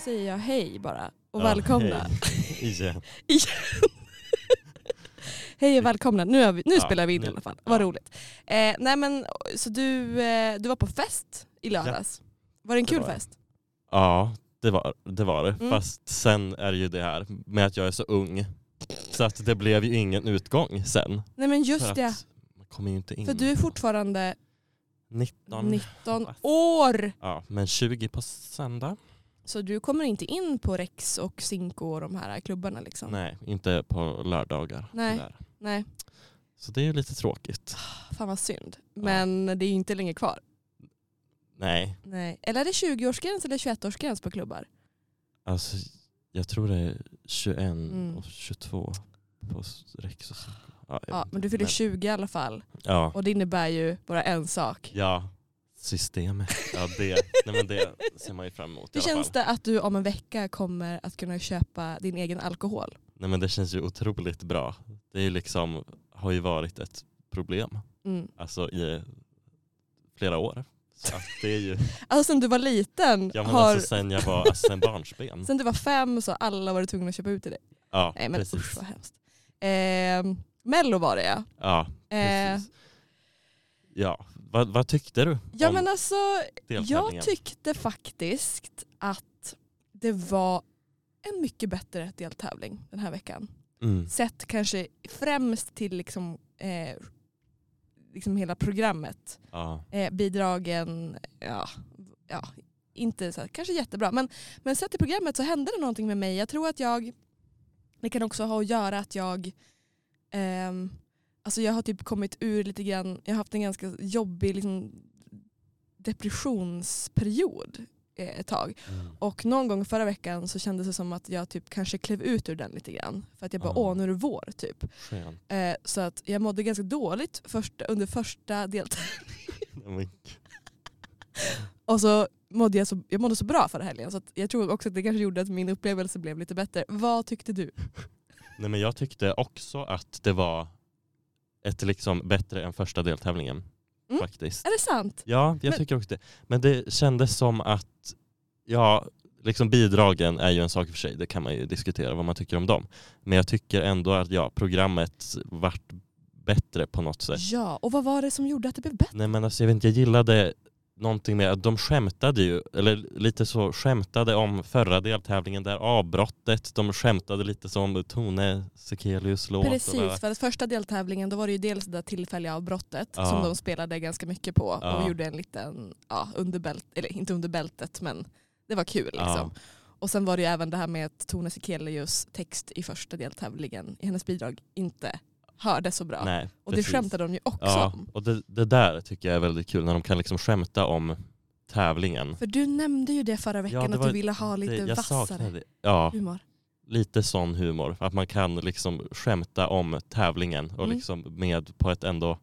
säger jag hej bara och Ja, välkomna. Hej. hej. Igen. och välkomna. Nu, har vi, nu Ja, spelar vi in i nu- alla fall. Vad ja. roligt. Eh, nej men, så du, eh, du var på fest i lördags. Var det en Det kul var jag. fest? Ja, det var det. Var det. Mm. Fast sen är det ju det här med att jag är så ung. Så att det blev ju ingen utgång sen. Nej men just för det. Att man kommer ju inte in. För du är fortfarande 19. 19 Fast. år. Ja, men 20 på söndag. Så du kommer inte in på Rex och Cinco och de här klubbarna liksom? Nej, inte på lördagar. Nej. tyvärr. Nej. Ah, Så det är ju lite tråkigt. Fan vad synd. Men det är ju inte länge kvar. Nej, Nej. Eller är det 20-årsgräns eller 21-årsgräns på klubbar? alltså jag tror det är 21 Mm. och 22 på s- Rex och så. jag Ja, vet men inte. du fyller 20 i alla fall. Ja. Och det innebär ju bara en sak. Ja, systemet. Ja, det, nej, men det ser man ju fram emot Hur i alla känns fall. det att du om en vecka kommer att kunna köpa din egen alkohol? Nej, men det känns ju otroligt bra. Det är ju liksom, har ju varit ett problem Mm. alltså, i flera år. Så att det är ju, Alltså sen du var liten, ja, men har, alltså, sen jag var alltså, sen barnsben. sen du var fem så har alla varit tvungna att köpa ut till dig. Ja, Nej men precis. usch vad hemskt. Eh, Mello var det ja. Ja, Eh, precis. ja. Vad, vad tyckte du ja om men alltså deltävlingen? Jag tyckte faktiskt att det var en mycket bättre deltävling den här veckan. mm. Sett kanske främst till liksom, eh, liksom hela programmet. ja. Eh, bidragen, ja, ja inte så här, kanske jättebra. Men, men sett till programmet så hände det någonting med mig. Jag tror att jag, det kan också ha att göra att jag ehm, Alltså jag har typ kommit ur lite grann, jag har haft en ganska jobbig liksom, depressionsperiod eh, ett tag. Mm. Och någon gång förra veckan så kändes det som att jag typ kanske klev ut ur den lite grann. För att jag bara, Ah. åh nu är det vår typ. Skönt. Eh, så att jag mådde ganska dåligt först, under första deltävlingen. Ja, men- Och så mådde jag så, jag mådde så bra förra helgen så att jag tror också att det kanske gjorde att min upplevelse blev lite bättre. Vad tyckte du? Nej, men jag tyckte också att det var ett liksom bättre än första deltävlingen. Mm. Faktiskt. Är det sant? Ja, jag Men- tycker också det. Men det kändes som att, ja, liksom bidragen är ju en sak för sig. Det kan man ju diskutera vad man tycker om dem. Men jag tycker ändå att ja, programmet vart bättre på något sätt. Ja, och vad var det som gjorde att det blev bättre? Nej men alltså jag vet inte, jag gillade någonting med att de skämtade ju, eller lite så skämtade om förra deltävlingen där avbrottet, de skämtade lite så om Tone Sekelius låt. och bara- Precis, för att första deltävlingen då var det ju dels det där tillfälliga avbrottet Ja. som de spelade ganska mycket på och Ja. gjorde en liten, ja, under bält, eller inte under bältet men det var kul Ja. liksom. Och sen var det ju även det här med att Tone Sekelius text i första deltävlingen i hennes bidrag inte hördes så bra. Nej, och precis. det skämtade de ju också Ja, om. och det, det där tycker jag är väldigt kul när de kan liksom skämta om tävlingen. För du nämnde ju det förra veckan det att var- du ville ha lite det, jag vassare Mm. saknade, ja, humor. lite sån humor. Att man kan liksom skämta om tävlingen och Mm. liksom med på ett ändå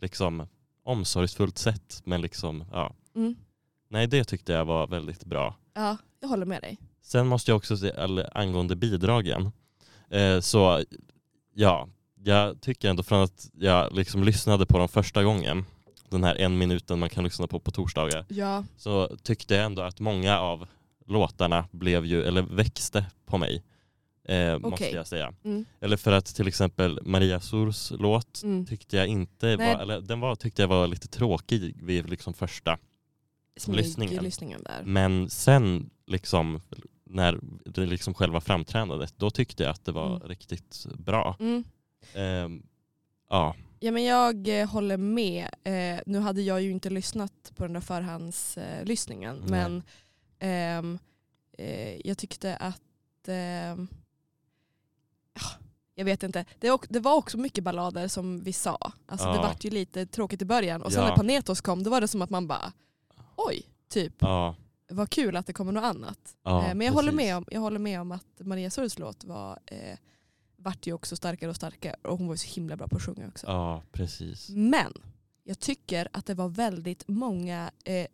liksom omsorgsfullt sätt. Men liksom, ja. Mm. Nej, det tyckte jag var väldigt bra. Ja, jag håller med dig. Sen måste jag också säga, eller, angående bidragen, eh, så ja, jag tycker ändå från att jag liksom lyssnade på dem första gången, den här en minuten man kan lyssna på på torsdagar, Ja, så tyckte jag ändå att många av låtarna blev ju, eller växte på mig. Eh, Måste Okej. jag säga. Mm. Eller för att till exempel Maria Surs låt mm. tyckte jag Nej. inte var, eller den var, tyckte jag var lite tråkig vid liksom första. smyglyssningen lyssningen. Mm. lyssningen där. Men sen liksom när det liksom själva framträdandet, då tyckte jag att det var Mm. riktigt bra. Mm. Eh, ja, Ja, men jag eh, håller med. Eh, nu hade jag ju inte lyssnat på den där förhandslyssningen eh, lyssningen, Nej. men ehm, eh, jag tyckte att ehm, ah, jag vet inte. Det, ock- det var också mycket ballader som vi sa. Alltså, Det Ja. vart ju lite tråkigt i början och sen Ja. när Panetos kom då var det som att man bara oj, typ ja, vad kul att det kommer något annat. ja, Eh, Men jag håller, precis. med om, jag håller med om att Maria Surs låt var, eh, vart ju också starkare och starkare och hon var ju så himla bra på att sjunga också. Ja, precis. Men jag tycker att det var väldigt många eh,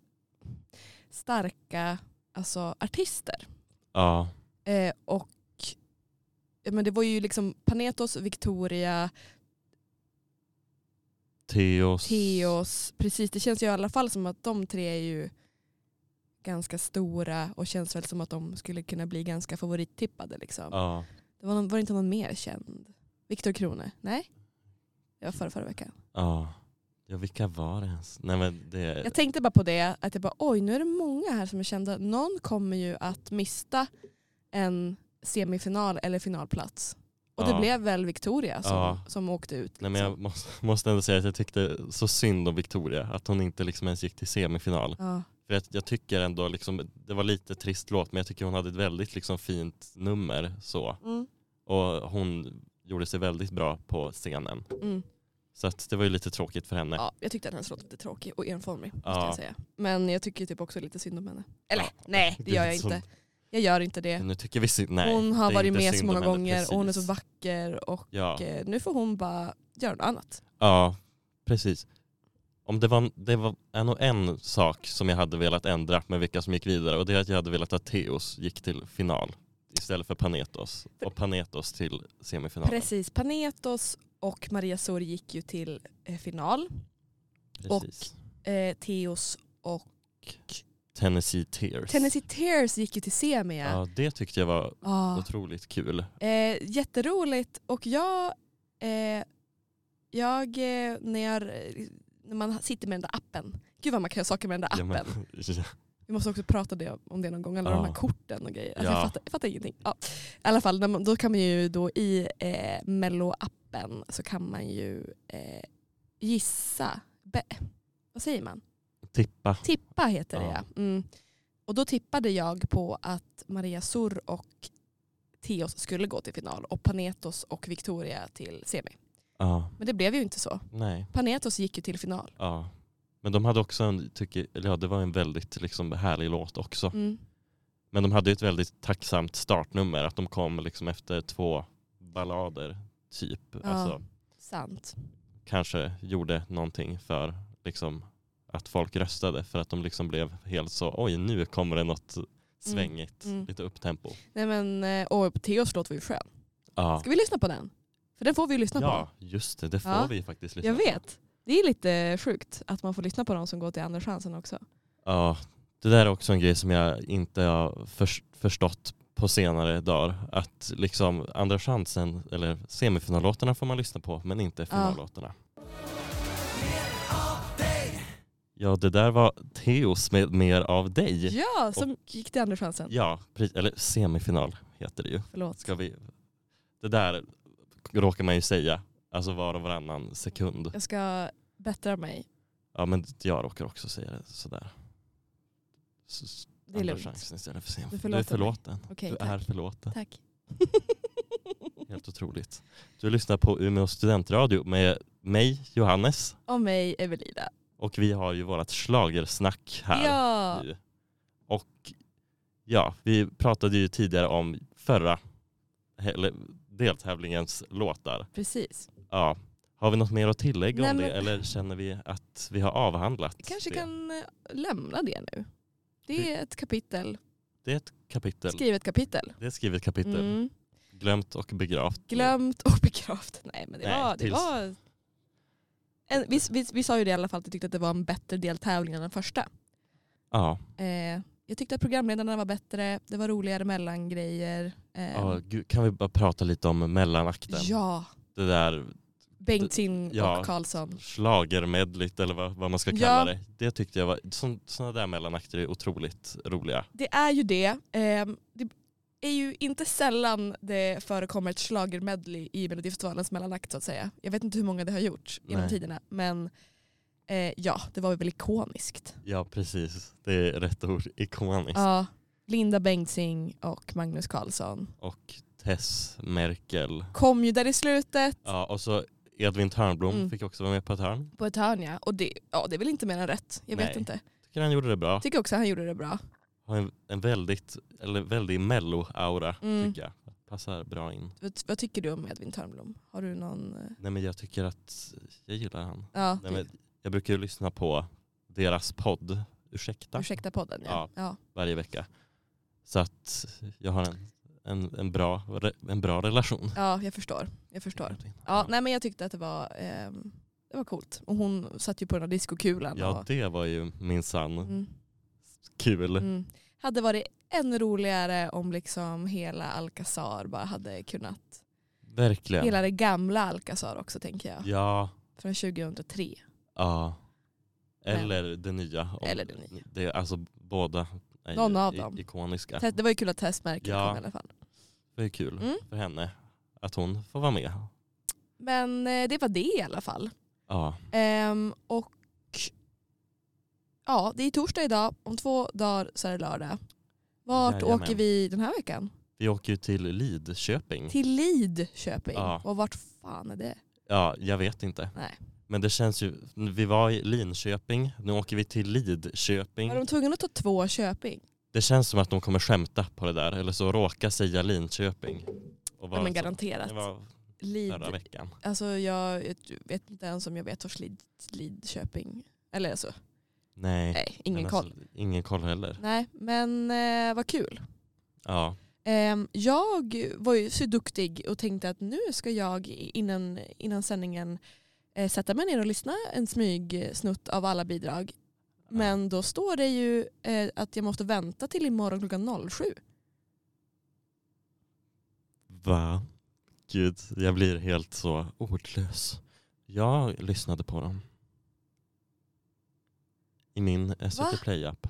starka alltså, artister. Ja, Eh, och eh, men det var ju liksom Panetos, Victoria, Teos. Theos, precis det känns ju i alla fall som att de tre är ju ganska stora och känns väl som att de skulle kunna bli ganska favorittippade. Liksom. Ja. Det var, någon, var det inte någon mer känd? Viktor Krone? Nej? Det var förra, förra veckan. ja. Ja, vilka var det ens? Nej men det... Jag tänkte bara på det, att jag bara oj nu är det många här som är kända. Någon kommer ju att mista en semifinal eller finalplats. Och det Ja. blev väl Victoria som, Ja. som åkte ut. Nej, men jag måste, måste ändå säga att jag tyckte så synd om Victoria, att hon inte liksom ens gick till semifinal. Ja. För att jag tycker ändå, liksom, det var lite trist låt, men jag tycker hon hade ett väldigt liksom, fint nummer så. Mm. Och hon gjorde sig väldigt bra på scenen. Mm. Så att det var ju lite tråkigt för henne. Ja, jag tyckte att hennes låt var lite tråkig och enformig. måste Ja. Jag säga. Men jag tycker typ också lite synd om henne. Eller Ja. nej, det gör jag Som- inte. Jag gör inte det. Nu tycker vi synd, nej. hon har det är varit inte med så synd många om henne, gånger och hon är så precis. vacker och Ja, eh, nu får hon bara göra något annat. ja precis. Om det var, det var en och en sak som jag hade velat ändra med vilka som gick vidare och det är att jag hade velat att Theos gick till final istället för Panetos. Och Panetos till semifinalen. Precis, Panetos och Maria Sori gick ju till eh, final. Precis. Eh, Theos och Tennessee Tears. Tennessee Tears gick ju till semi. Ja. Ja, det tyckte jag var Ah. otroligt kul. Eh, jätteroligt och jag, eh, jag eh, när, jag, när man sitter med den där appen, gud vad man kan göra saker med den där Ja, appen. men- Vi måste också prata det, om det någon gång, alla de här Ja. korten och grejer. Alltså Ja. jag, fattar, jag fattar ingenting. Ja. I alla fall, när man, då kan man ju då i eh, Mello-appen så kan man ju eh, gissa, be, vad säger man? Tippa. Tippa heter det Ja. ja. Mm. Och då tippade jag på att Maria Sur och Theos skulle gå till final och Panetos och Victoria till semi. Ja, Men det blev ju inte så. nej. Panetos gick ju till final. Ja. Men de hade också en, tycker, eller ja, det var en väldigt liksom, härlig låt också. Mm. Men de hade ju ett väldigt tacksamt startnummer. Att de kom liksom efter två ballader typ. Ja. Alltså, Sant. kanske gjorde någonting för liksom, att folk röstade. För att de liksom blev helt så, oj nu kommer det något svängigt. mm. Lite upptempo. Nej men, eh, och Theos låt var ju skön. Ja. Ska vi lyssna på den? För den får vi ju lyssna på. ja, just det. Det får Ja. vi ju faktiskt lyssna Jag på. vet. Det är lite sjukt att man får lyssna på dem som går till Andra chansen också. Ja, det där är också en grej som jag inte har förs- förstått på senare dagar. Att liksom andra chansen, eller semifinallåtarna får man lyssna på, men inte finallåtarna. Ja, det där var Theos med Mer av dig. Ja, som gick till Andra chansen. Ja, precis. eller semifinal heter det ju. Förlåt. Ska vi... Det där råkar man ju säga, alltså var och varannan sekund. Jag ska bättra mig. Ja, men jag råkar också säga det sådär. S- Det är andra lugnt. chansen istället för sen. Du är Du är förlåten. förlåten. Okej, du tack. är förlåten. Tack. Helt otroligt. Du lyssnar på Umeå studentradio med mig, Johannes. Och mig, Evelina. Och vi har ju vårt schlagersnack här. Ja, nu. Och ja, vi pratade ju tidigare om förra eller, deltävlingens låtar. precis. Ja. Har vi något mer att tillägga Nej, om det men- eller känner vi att vi har avhandlat Vi kanske det? kan eh, lämna det nu. Det är ett kapitel. Det är ett kapitel. Skrivet kapitel. Det är ett skrivet kapitel. Mm. Glömt och begravt. Glömt och begravt. Nej men det Nej, var... Det tills- var... En, vi, vi, vi sa ju det i alla fall att vi tyckte att det var en bättre deltävling än den första. Ja, Eh, jag tyckte att programledarna var bättre, det var roligare mellangrejer. Eh, ja gud, kan vi bara prata lite om mellanakten? ja, Det där Bengtzing Ja. och Karlsson. schlagermedligt eller vad, vad man ska kalla Ja. det. Det tyckte jag var, sådana där mellanakter är otroligt roliga. Det är ju det. Eh, det är ju inte sällan det förekommer ett schlagermedley i Melodifestivalens mellanakt så att säga. Jag vet inte hur många det har gjort genom Nej. tiderna men eh, ja, det var väl ikoniskt. Ja precis, det är rätt ord, ikoniskt. Ja, Linda Bengtzing och Magnus Karlsson Och Tess Merkel. kom ju där i slutet Ja, och så Edvin Törnblom Mm. fick också vara med på ett hörn. på ett hörn ja. Och det, ja, det är väl inte mer än rätt. Jag vet Nej. inte. Tycker han gjorde det bra. Tycker också att han gjorde det bra. Har en, en väldigt, eller väldigt mello-aura Mm. tycker jag. Passar bra in. Vad, vad tycker du om Edvin Törnblom? Har du någon... eh, Nej men jag tycker att jag gillar han. Ja, typ, Nej, det- men jag brukar ju lyssna på deras podd, ursäkta, ursäkta podden. Ja. Ja. varje vecka. Så att jag har en, en, en, bra, en bra relation. ja, jag förstår. Jag förstår. Ja, nej, men jag tyckte att det var, ehm, det var coolt. Och hon satt ju på den här diskokulan. ja, och, det var ju minsann mm, Kul. Mm. Hade varit ännu roligare om liksom hela Alcazar bara hade kunnat. Verkligen. Hela det gamla Alcazar också tänker jag. Ja. Från 2003. ja. Eller det nya. om- Eller det nya. Det är alltså båda är Någon ju av i- dem. ikoniska. Test- Det var ju kul att testmärket Ja. kom i alla fall. Det är kul Mm. för henne att hon får vara med. Men eh, det var det i alla fall. Ja. Ehm, och ja, det är torsdag idag. Om två dagar så är det lördag. Vart Jajamän. åker vi den här veckan? Vi åker ju till Lidköping. Till Lidköping. Mm. Ja. Och vart fan är det? Ja, jag vet inte. Nej. Men det känns ju, vi var i Linköping, nu åker vi till Lidköping. Var de tvungna att ta två Köping? Det känns som att de kommer skämta på det där, eller så råka säga Linköping. Och Ja, men så- garanterat. Det var Lid, förra veckan. alltså jag, jag vet inte ens om jag vet vars Lid, Lidköping. Eller alltså, Nej. nej, ingen men koll. Alltså, ingen koll heller. Nej, men eh, vad kul. Ja, Ehm, jag var ju så duktig och tänkte att nu ska jag innan, innan sändningen eh, sätta mig ner och lyssna en smygsnutt av alla bidrag. Men då står det ju eh, att jag måste vänta till imorgon klockan 07. va? Gud, jag blir helt så ordlös. Jag lyssnade på dem. I min Va? Mm. SVT Play-app.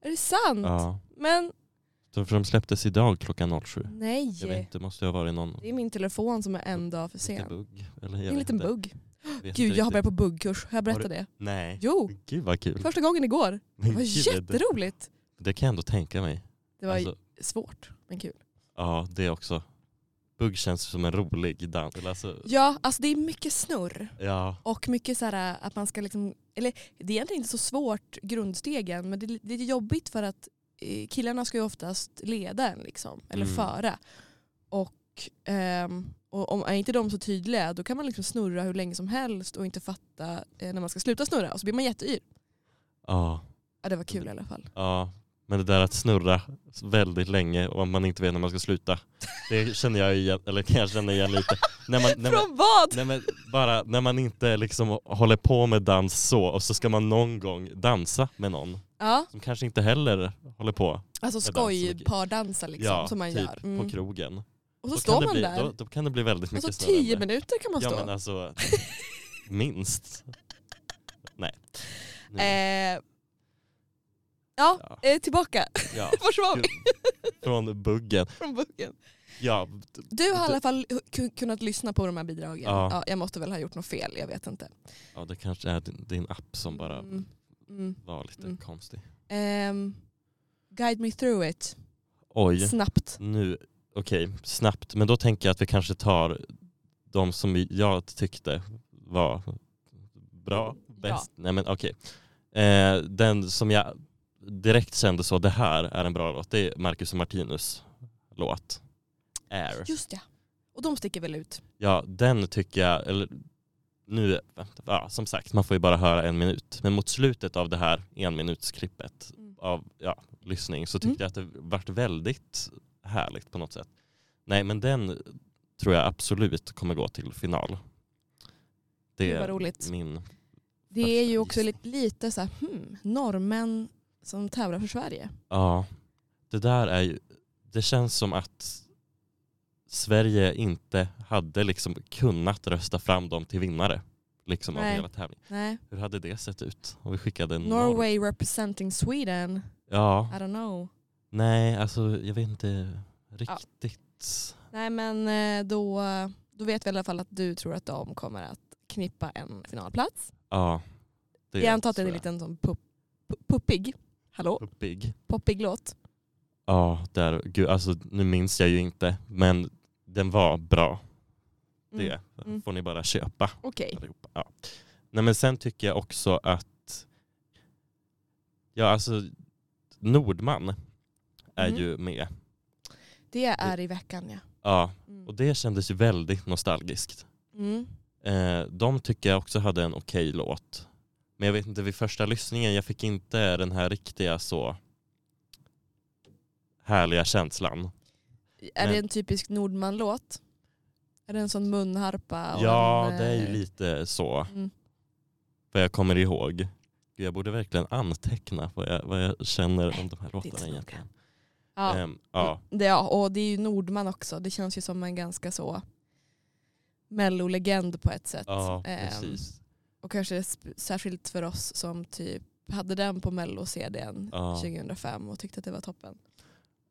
Är det sant? Ja. Men Så För de släpptes idag klockan 07. nej, Jag vet inte, det måste ju ha varit någon det är min telefon som är en dag för liten sen. bugg. Eller Det jag är en vet liten inte. bugg. Jag vet Gud, inte jag har börjat riktigt. på buggkurs. Har jag Har berättat det? Nej. Jo, Gud vad kul. första gången igår. Det Men var gud, jätteroligt. Det kan jag ändå tänka mig. Det var Alltså, svårt, men kul. ja, det också. Bugg känns som en rolig dans. Eller Alltså, Ja, alltså det är mycket snurr. ja, Och mycket så här att man ska liksom, eller det är egentligen inte så svårt grundstegen men det är lite jobbigt för att eh, killarna ska ju oftast leda en liksom, eller Mm. föra. Och, ehm, och om är inte de så tydliga då kan man liksom snurra hur länge som helst och inte fatta eh, när man ska sluta snurra och så blir man jätteyr. ja, Ja det var Mm. kul i alla fall. ja. Men det där att snurra väldigt länge och man inte vet när man ska sluta. Det känner jag igen, eller kan jag känna igen lite. När man, när man, Från vad? nej men bara när man inte liksom håller på med dans så och så ska man någon gång dansa med någon Ja, som kanske inte heller håller på. alltså Med dans och mycket. skojpardansa liksom ja, som man typ gör. Mm. på krogen. Och så Då står kan det man bli, där. Då, då kan det bli väldigt mycket alltså snurrande. tio minuter kan man Ja stå. men alltså, minst. Nej. Nu- eh, ja, Ja. eh, tillbaka. ja. Vart var vi? Från buggen. från boken. Ja, Du har i Du- alla fall ku- kunnat lyssna på de här bidragen. Ja. Ja. jag måste väl ha gjort något fel, jag vet inte. ja, det kanske är din, din app som bara Mm. Mm. var lite Mm. konstig. Ehm, guide me through it, Oj, snabbt. nu, okej, snabbt. Men då tänker jag att vi kanske tar de som vi- jag tyckte var bra, bäst. Nej men okej. Eh, den som jag direkt kände så, det här är en bra låt, det är Marcus och Martinus låt. Air. Just ja. Och de sticker väl ut. Ja, den tycker jag, eller nu, ja, som sagt, man får ju bara höra en minut. Men mot slutet av det här enminutsklippet Mm. av ja, lyssning så tyckte Mm. jag att det vart väldigt härligt på något sätt. Nej, men den tror jag absolut kommer gå till final. Det Gud, vad roligt. är min... Det är ju första också gissning. lite, lite så här, hmm, norrmän som tävlar för Sverige. Ja, det där är ju... Det känns som att Sverige inte hade liksom kunnat rösta fram dem till vinnare liksom av Nej. hela tävlingen. Nej. Hur hade det sett ut om vi skickade en norr- Norway representing Sweden, Ja, I don't know. nej alltså jag vet inte riktigt. Nej men eh, då, då vet vi i alla fall att du tror att de kommer att knippa en finalplats. Ja. det Jag antar att det är tror en jag. liten sån pupp, pupp, puppig, hallå, Poppig. poppig låt. Ja, där, gud, alltså nu minns jag ju inte men den var bra. Mm. Det Mm. får ni bara köpa. Okej. allihopa. Ja. Nej men sen tycker jag också att ja alltså Nordman är Mhm. ju med. Det är i veckan ja. Ja, och Mm. det kändes ju väldigt nostalgiskt. Mm. Eh, de tycker jag också hade en okej låt. Men jag vet inte, vid första lyssningen jag fick inte den här riktiga så härliga känslan. Är Men- det en typisk Nordman-låt? Är det en sån munharpa? och Ja, en, det är ju eh, lite så, Mm. vad jag kommer ihåg. Gud, jag borde verkligen anteckna vad jag, vad jag känner om de här inte så råttorna noga. egentligen. Ja. Ehm, ja. Det, ja, och det är ju Nordman också. Det känns ju som en ganska så mellolegend på ett sätt. ja, Ehm, precis. och kanske sp- särskilt för oss som typ hade den på mello-cdn Ja. 2005 och tyckte att det var toppen.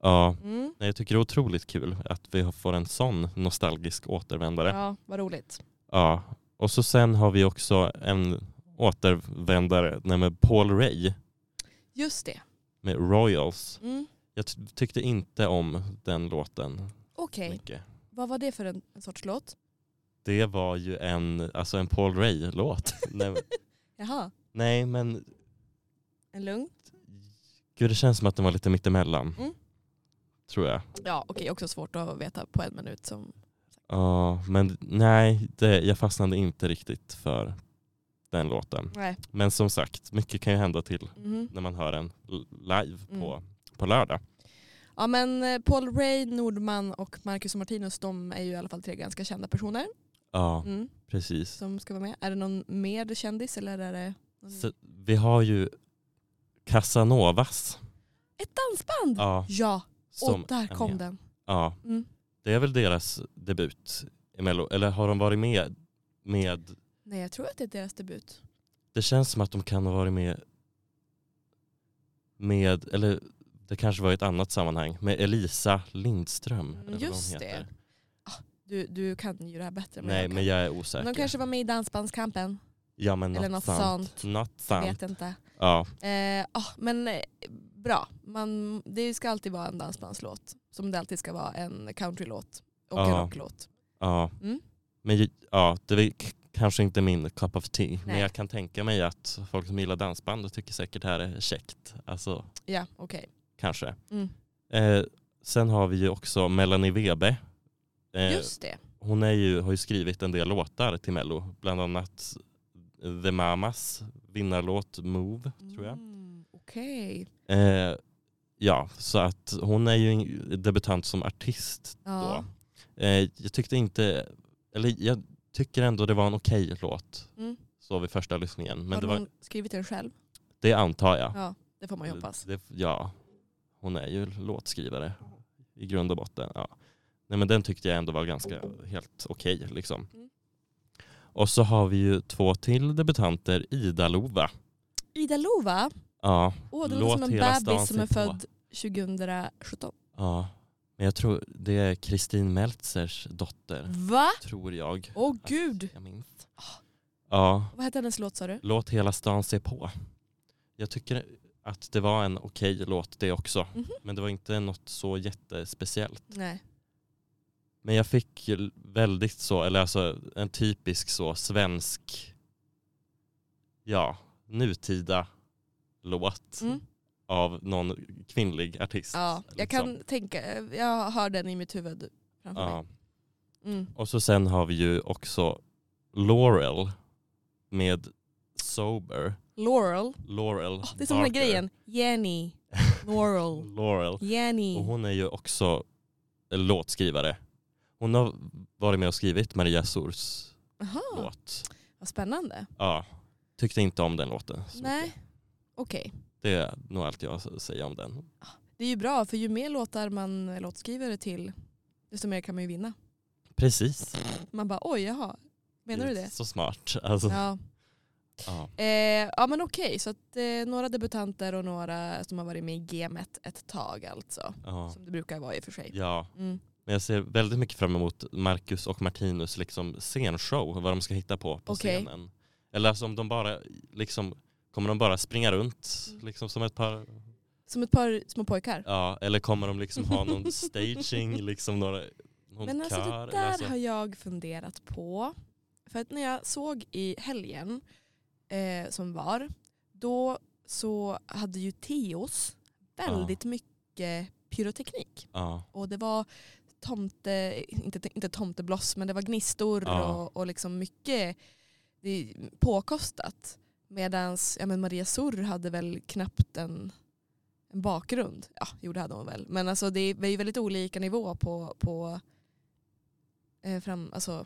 Ja. Mm. Nej, Jag tycker det är otroligt kul att vi får en sån nostalgisk återvändare. Ja, vad roligt. Ja, och så sen har vi också en återvändare, nämligen Paul Ray Just det. med Royals. Mm. Jag ty- tyckte inte om den låten Okej, mycket. vad var det för en, en sorts låt? Det var ju en, alltså en Paul Ray-låt. nej, Jaha, nej, men en lugn? gud det känns som att den var lite mittemellan. Mm. Tror jag. Ja, okej, också svårt att veta på en minut. Som... Ja, men nej, det, jag fastnade inte riktigt för den låten. Nej. Men som sagt, mycket kan ju hända till Mhm. när man hör den l- live på, Mm. på lördag. Ja men eh, Paul Ray, Nordman och Marcus och Martinus de är ju i alla fall tre ganska kända personer Ja, mm, precis. som ska vara med. Är det någon mer kändis eller är det någon... Så vi har ju Casanovas. ett dansband? Ja, Ja, som och där är kom med. den. Ja, Mm. det är väl deras debut i Mello. Eller har de varit med med... Nej jag tror att det är deras debut. Det känns som att de kan ha varit med med... Eller det kanske var i ett annat sammanhang. Med Elisa Lindström. Mm, eller vad hon Just heter. det. Ah, Du, du kan ju det här bättre än vad Nej, jag kan. men jag är osäker. De kanske var med i Dansbandskampen, ja, men eller något, något sant. sånt. Något jag sant. vet inte. Ja, Eh, ah, men eh, bra, Man, det ska alltid vara en dansbandslåt. Som det alltid ska vara en countrylåt och en Ja. rocklåt. ja. Mm. Men ju- ja, det är k- kanske inte min cup of tea. Men Nej. jag kan tänka mig att folk som gillar dansband tycker säkert det här är käckt. Alltså, Ja, okej. kanske. Mm. Eh, sen har vi ju också Melanie Webe. Eh, Just det. hon är ju, har ju skrivit en del låtar till Mello. Bland annat The Mamas vinnarlåt Move, tror jag. Mm, Okej. Eh, ja, så att hon är ju en debutant som artist Ja. då. Eh, jag tyckte inte, eller jag tycker ändå det var en okej låt Mm. så vid första lyssningen. Men Har det, var, hon skrivit den själv? det antar jag. Ja, det får man ju hoppas. Det, ja, hon är ju låtskrivare i grund och botten. Ja. Nej, men den tyckte jag ändå var ganska helt okej. liksom. Mm. Och så har vi ju två till debutanter, Ida Lova. Ida Lova, Ja, åh det Låt låter som en hela stan bebis som är se på. född 2017. ja. Men jag tror det är Kristin Meltzers dotter, Va? tror jag. Mm. Åh gud! Ah. Jag minns. Ja, Vad hette hennes låt sa du? Låt hela stan se på. Jag tycker att det var en okej låt det också. Mhm. Men det var inte något så jättespeciellt. Nej. Men jag fick ju väldigt så, eller alltså en typisk så svensk, ja, nutida låt Mm. av någon kvinnlig artist. Ja, jag liksom. kan tänka, eh, jag hör den i mitt huvud framför Ja. mig. Mm. Och så sen har vi ju också Laurel med Sober. Laurel, Laurel Åh, det är som den här Barker. grejen, Jenny, Laurel, Laurel. Jenny. Och hon är ju också låtskrivare. Hon har varit med och skrivit Maria Sors Aha, låt. vad spännande. Ja, tyckte inte om den låten. så mycket. Nej, okej. Det är nog allt jag har att säga om den. Det är ju bra för ju mer låtar man eh, låtskrivare till desto mer kan man ju vinna. Precis. Man bara oj jaha, menar du det? Så smart. Alltså, ja. Ja, eh, ja men okej så att, eh, några debutanter och några som har varit med i gamet ett tag alltså. Ja. Som det brukar vara i och för sig. ja. Mm. Men jag ser väldigt mycket fram emot Marcus och Martinus liksom scenshow, vad de ska hitta på på Okej. scenen. Eller alltså om de bara, liksom, kommer de bara springa runt Mm. liksom som ett par, Som ett par små pojkar. ja, eller kommer de liksom ha någon staging, liksom några, någon Men alltså kör? det eller där alltså- har jag funderat på. För att när jag såg i helgen eh, som var, då så hade ju Teos väldigt mycket pyroteknik. ja. Och det var tomte, inte, inte tomtebloss, men det var gnistor Ja. och, och liksom mycket det är påkostat. Medan ja, men Maria Sorr hade väl knappt en, en bakgrund. Ja, jo det hade hon väl. Men alltså, det är ju väldigt olika nivå på, på eh, fram, alltså,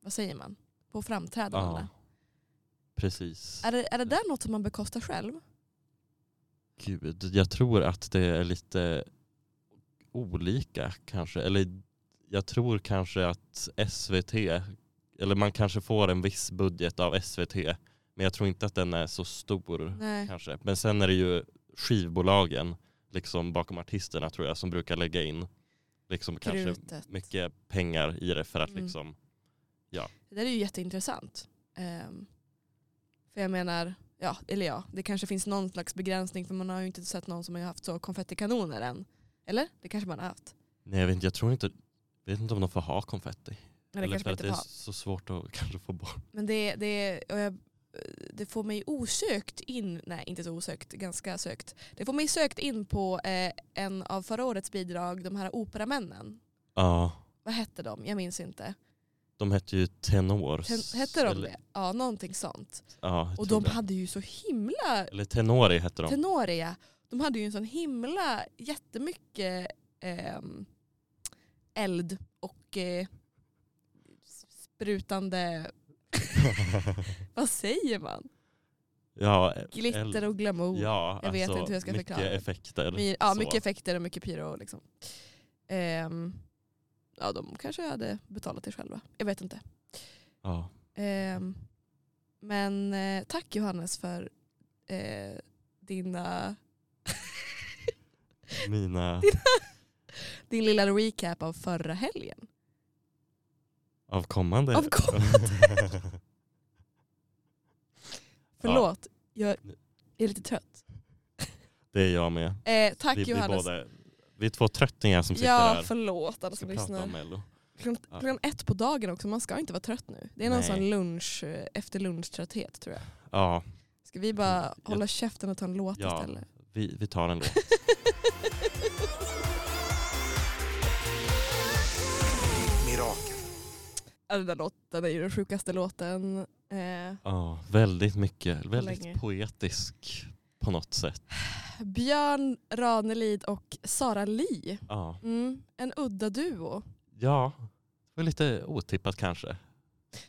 vad säger man? På framträdandena. Ja. Precis. Är det, är det där något som man bekostar själv? Mm. Gud, jag tror att det är lite olika kanske. Eller jag tror kanske att SVT, eller man kanske får en viss budget av SVT. Men jag tror inte att den är så stor Nej. kanske. Men sen är det ju skivbolagen liksom bakom artisterna tror jag som brukar lägga in liksom kanske Krutet. mycket pengar i det för att Mm. liksom Det där är ju jätteintressant. Ehm, för jag menar, ja, eller ja, det kanske finns någon slags begränsning för man har ju inte sett någon som har haft så konfettikanoner än. Eller? Det kanske man har haft. Nej jag vet inte, jag tror inte, vet inte om de får ha konfetti. Men det Eller kanske för man att inte får det är ha. så svårt att kanske få bort. Men det, det, och jag, det får mig osökt in, nej inte så osökt, ganska sökt. Det får mig sökt in på eh, en av förra årets bidrag, de här operamännen. Ja, Vad hette de? Jag minns inte. de hette ju Tenor. Ten, hette de eller, det? Ja, någonting sånt. Ja, jag Och tror de det. hade ju så himla Eller Tenori hette de. Tenoria, de hade ju en sån himla jättemycket ehm, eld och eh, s- sprutande, vad säger man? ja, Glitter el- och glamour. Ja, Jag vet alltså, inte hur jag ska mycket förklara. effekter. My, ja, så. mycket effekter och mycket pyro. Liksom. Ehm, ja, de kanske hade betalat det själva. Jag vet inte. Ja. Ehm, men eh, tack Johannes för eh, dina, Mina din lilla recap av förra helgen. av kommande. Av kommande. Förlåt, jag är lite trött. det är jag med. Eh, tack vi, vi, Johannes. båda, vi är två tröttingar som sitter ja, här förlåt alla och ska som prata lyssnar. om Mello. Klockan, Ja. klockan ett på dagen också, man ska inte vara trött nu. Det är någon Nej. sån lunch, eh, efter lunchtrötthet tror jag. Ja, Ska vi bara Jag- hålla käften och ta en låt Mm, Ja. istället? vi, vi tar en låt. Mirakel. Ja, Den där låten är ju den sjukaste låten. Eh, Ja, väldigt mycket, väldigt länge. poetisk på något sätt. Björn Ranelid och Sara Li. Ja, Mm, en udda duo. ja det var lite otippat kanske.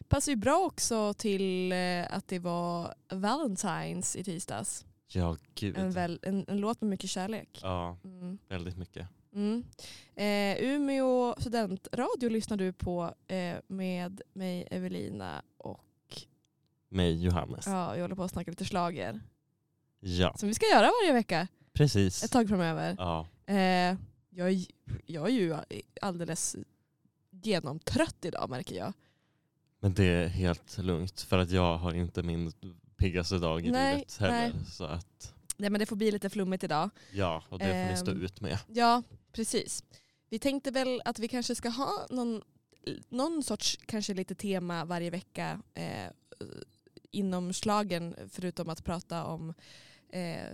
Passar ju bra också till eh, att det var Valentines i tisdags. Ja, gud. En, väl, en, en låt med mycket kärlek. Ja, Mm. väldigt mycket. Mm. Eh, Umeå studentradio lyssnar du på eh, med mig Evelina och Mig, Johannes. Ja, ja, jag håller på att snacka lite slager. Som vi ska göra varje vecka precis. ett tag framöver. Ja, Eh, jag, är, jag är ju alldeles genomtrött idag märker jag. men det är helt lugnt för att jag har inte min piggaste dag i Nej, livet heller. nej. Så att, Nej men det får bli lite flummigt idag. ja, och det får ni stå Ehm. ut med. Ja, precis. Vi tänkte väl att vi kanske ska ha någon, någon sorts kanske lite tema varje vecka eh, inom slagen förutom att prata om eh,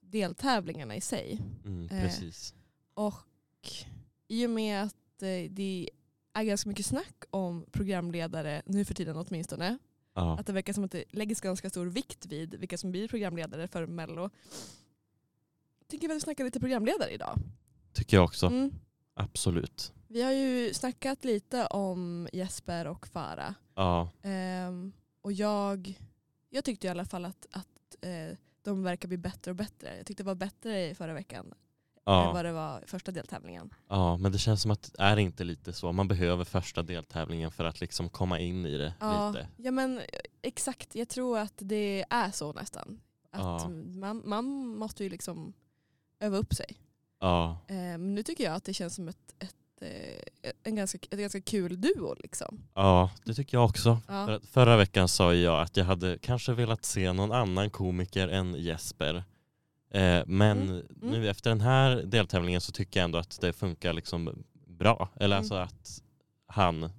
deltävlingarna i sig. Mm, Eh. precis. Och i och med att eh, det är ganska mycket snack om programledare nu för tiden åtminstone. Ja, Att det verkar som att det läggs ganska stor vikt vid vilka som blir programledare för Mello. Tänker väl snacka lite programledare idag. tycker jag också. Mm. Absolut. Vi har ju snackat lite om Jesper och Farah. Ja, Ehm, och jag, jag tyckte i alla fall att, att eh, de verkar bli bättre och bättre. Jag tyckte det var bättre i förra veckan än ja, vad det var i första deltävlingen. ja, men det känns som att det är inte lite så. Man behöver första deltävlingen för att liksom komma in i det Ja, lite. ja men eh, exakt, jag tror att det är så nästan. Att Ja. man, man måste ju liksom öva upp sig. Ja, Ehm, nu tycker jag att det känns som ett, ett, eh, en ganska, ett ganska kul duo. Liksom. ja det tycker jag också. Ja. För att förra veckan sa ju jag att jag hade kanske velat se någon annan komiker än Jesper. Eh, men Mm, nu efter den här deltävlingen så tycker jag ändå att det funkar liksom bra. Eller Mm. alltså att han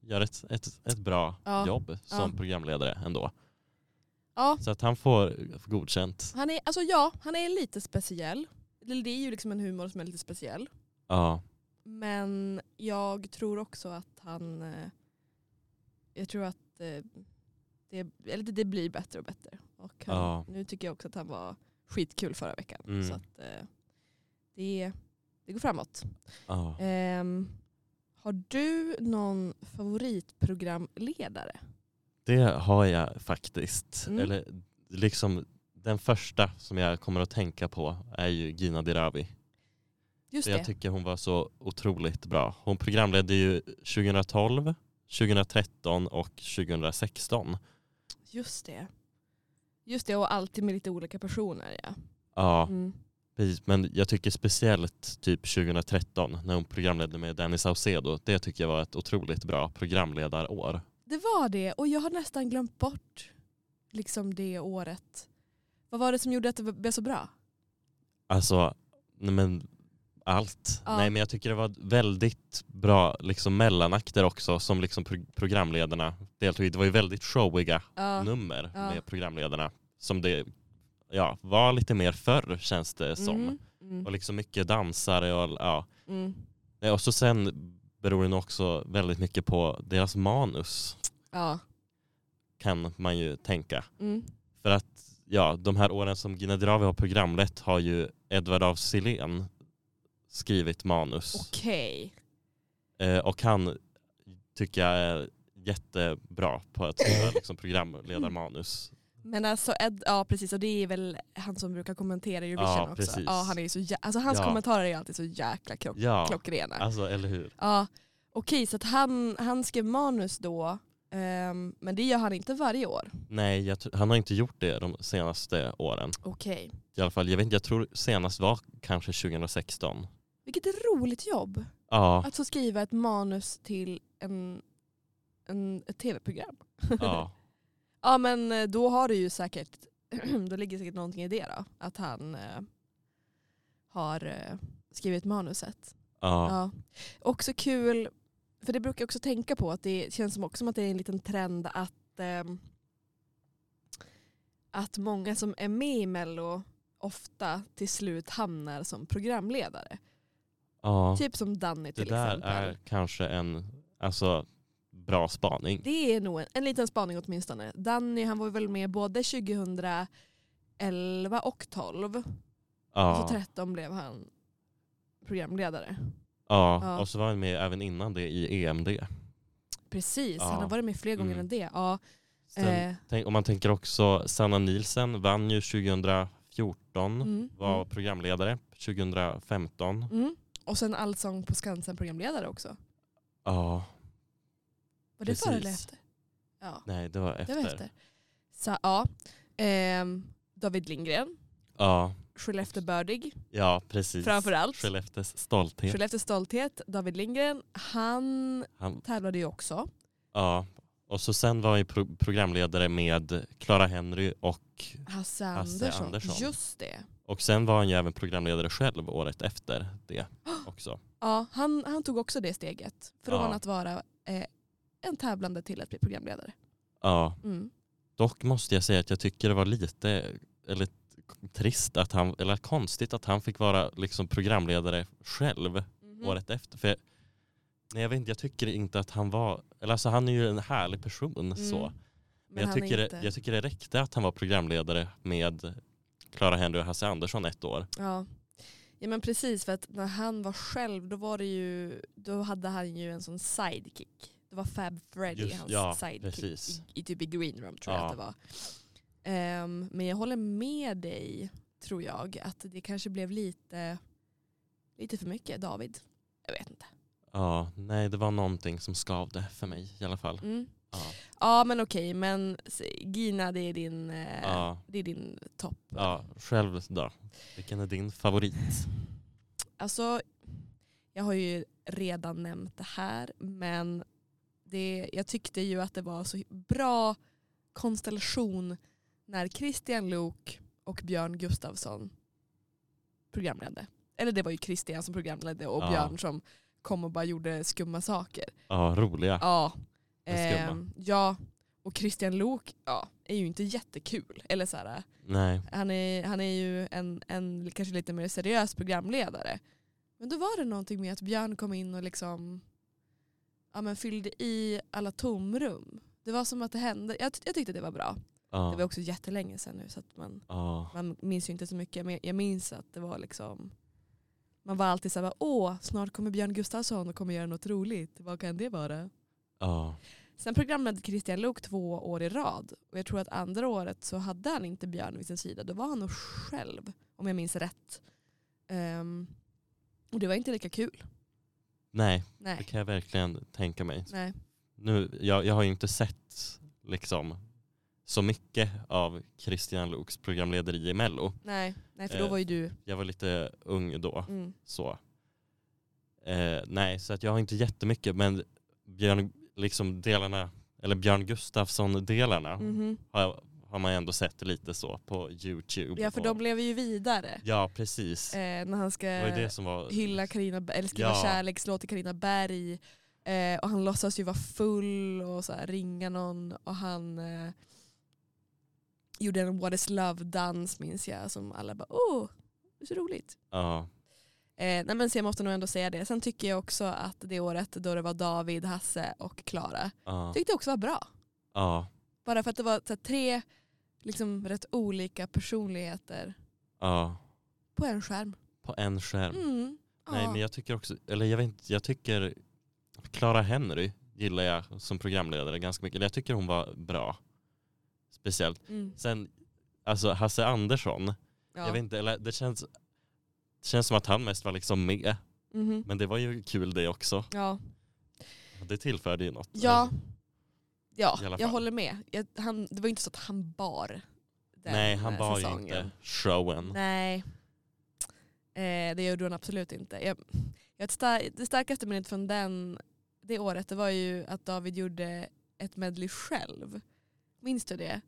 gör ett, ett, ett bra Ja. jobb som Ja. programledare ändå. Ja, Så att han får godkänt. Han är, alltså ja, han är lite speciell. Eller Det är ju liksom en humor som är lite speciell. Ja, Men jag tror också att han... eh, Jag tror att eh, det, eller det- det blir bättre och bättre. Och han, Ja. Nu tycker jag också att han var skitkul förra veckan. Mm. Så att eh, det, det går framåt. ja. Ehm, har du någon favoritprogramledare? Det har jag faktiskt. Mm. Eller liksom den första som jag kommer att tänka på är ju Gina Dirawi. Just Jag det. tycker hon var så otroligt bra. Hon programledde ju 2012, 2013 och 2016. Just det. Just det, och alltid med lite olika personer. Ja. Ja, Mm. precis. Men jag tycker speciellt typ 2013 när hon programledde med Danny Saucedo. Det tycker jag var ett otroligt bra programledarår. Det var det, och jag har nästan glömt bort liksom det året. Vad var det som gjorde att det blev så bra? Alltså, nej men allt. Ja. Nej men jag tycker det var väldigt bra liksom mellanakter också som liksom pro- programledarna deltog i. Det var ju väldigt showiga Ja. nummer Ja. med programledarna som det ja, var lite mer förr känns det som. Mm, mm, Och liksom mycket dansare och ja. mm. Nej, Och så sen beror det nog också väldigt mycket på deras manus Ja. kan man ju tänka. Mm. För att ja, de här åren som Gina Dirawi har programlett har ju Edvard af Sillén skrivit manus. Okej. Eh, och han tycker jag är jättebra på att skriva liksom, programledarmanus. Men alltså, Ed, ja precis, och det är väl han som brukar kommentera Eurovision Ja, också. precis. Ja, han är ju så jä- alltså, hans Ja. kommentarer är ju alltid så jäkla klock- Ja, klockrena. alltså eller hur. Ja, okej, så att han, han skrev manus då, ehm, men det gör han inte varje år. Nej, jag, tr- han har inte gjort det de senaste åren. Okej. I alla fall, jag vet inte, jag tror senast var kanske 2016. Vilket roligt jobb Ja, att få skriva ett manus till en, en, ett tv-program. ja. Ja men eh, då har du ju säkert, då ligger säkert någonting i det då. Att han eh, har eh, skrivit manuset. ja. Ja. Också kul, för det brukar jag också tänka på, att det känns som också som att det är en liten trend att, ehm, att många som är med i Mello ofta till slut hamnar som programledare. ja. Typ som Danny Det till där exempel. är kanske en alltså, bra spaning. Det är nog en, en liten spaning åtminstone. Danny han var väl med både 2011 och 12. Och så Ja. 13 blev han programledare. ja, Ja. och så var han med även innan det i E EMD. Precis, Ja. han har varit med fler gånger Mm. än det. Ja, Sen, eh, tänk, om man tänker också, Sanna Nielsen vann ju 2014, mm, var mm, programledare 2015. mm. Och sen Allsång på Skansen-programledare också. Ja, Var det före eller Precis. efter? Ja, nej det var det efter. var efter. Så, ja. Ehm, David Lindgren, Ja, Skelleftebördig ja precis. framförallt. Skellefteås stolthet. Skellefteå Stolthet, David Lindgren, han Han, tävlade ju också. ja. Och så sen var han ju pro- programledare med Clara Henry och, Hasse Hasse Andersson. Andersson. Just det. och sen var han ju även programledare själv året efter det också. Ja, han, han tog också det steget. Från Ja. att vara eh, en tävlande till att bli programledare. Ja, Mm. dock måste jag säga att jag tycker det var lite eller t- trist att han, eller konstigt att han fick vara liksom programledare själv Mm-hmm. Mm. året efter. För jag, nej, jag vet inte, jag tycker inte att han var, eller alltså han är ju en härlig person Mm, så. Men, jag, tycker det, jag tycker det räckte att han var programledare med Clara Henry och Hasse Andersson ett år. ja. ja men precis för att när han var själv då var det ju då hade han ju en sån sidekick. Det var Fab Freddy Just- hans ja, sidekick precis. i, i typ i Green Room tror Ja. jag att det var. Ehm, men jag håller med dig tror jag att det kanske blev lite lite för mycket David. Jag vet inte. Ja, nej det var någonting som skavde för mig i alla fall. Mm. Ja, Ja men okej men s- Gina det är din, eh, ja, det är din topp. ja, själv då? Vilken är din favorit? Alltså, jag har ju redan nämnt det här, men det, jag tyckte ju att det var så bra konstellation när Christian Lok och Björn Gustafsson programledde. Eller det var ju Christian som programledde och Ja. Björn som kom och bara gjorde skumma saker. Ja, roliga. Ja. Men skumma. Ehm, ja. Och Christian Lok ja, är ju inte jättekul. Eller så här, Nej. han är, han är ju en, en kanske lite mer seriös programledare. Men då var det någonting med att Björn kom in och liksom ja, men fyllde i alla tomrum. Det var som att det hände. Jag, ty- jag tyckte det var bra. Ja. Det var också jättelänge sedan nu så att man, Ja, man minns ju inte så mycket. Men jag minns att det var liksom man var alltid såhär, åh snart kommer Björn Gustafsson och kommer göra något roligt. Vad kan det vara? ja, Sen programledde Christian Luuk två år i rad och jag tror att andra året så hade han inte Björn vid sin sida. Då var han nog själv om jag minns rätt. Ehm, och det var inte lika kul. Nej, det Nej. kan jag verkligen tänka mig. Nej. Nu, jag, jag har ju inte sett liksom, så mycket av Christian Luuks programlederi i Mello. Nej. Nej, för då Eh. var ju du... Jag var lite ung då. Mm. Så. Eh, nej, så att jag har inte jättemycket men Björn, liksom delarna, eller Björn Gustafsson-delarna Mhm. har, har man ändå sett lite så på YouTube. Ja, för och, de blev ju vidare. ja precis. Eh, när han det var ju ska det som var... hylla Carina, Be- eller skriva Ja. kärlekslåt till Carina Berg. Eh, och han låtsas ju vara full och så här, ringa någon. Och han eh, gjorde en What is love-dans minns jag som alla bara åh, det är så roligt. Ja, Eh, nej men så jag måste nog ändå säga det. Sen tycker jag också att det året då det var David, Hasse och Klara ja, tyckte jag också var bra. ja, Bara för att det var så här, tre liksom, rätt olika personligheter ja. på en skärm. På en skärm. Mm. Nej Ja. men jag tycker också, eller jag vet inte, jag tycker Clara Henry gillar jag som programledare ganska mycket. Jag tycker hon var bra. Speciellt. Mm. Sen, alltså Hasse Andersson, Ja. jag vet inte, eller det känns, det känns som att han mest var liksom med. Mhm. Men det var ju kul det också. ja. Det tillförde ju något. Ja, ja I alla jag fall. håller med. Jag, han, det var ju inte så att han bar den Nej, han eh, var ju säsongen. inte showen. Nej, eh, det gjorde han absolut inte. Jag, jag, ett star- det starkaste minnet från den, det året det var ju att David gjorde ett medley själv. Minns du det?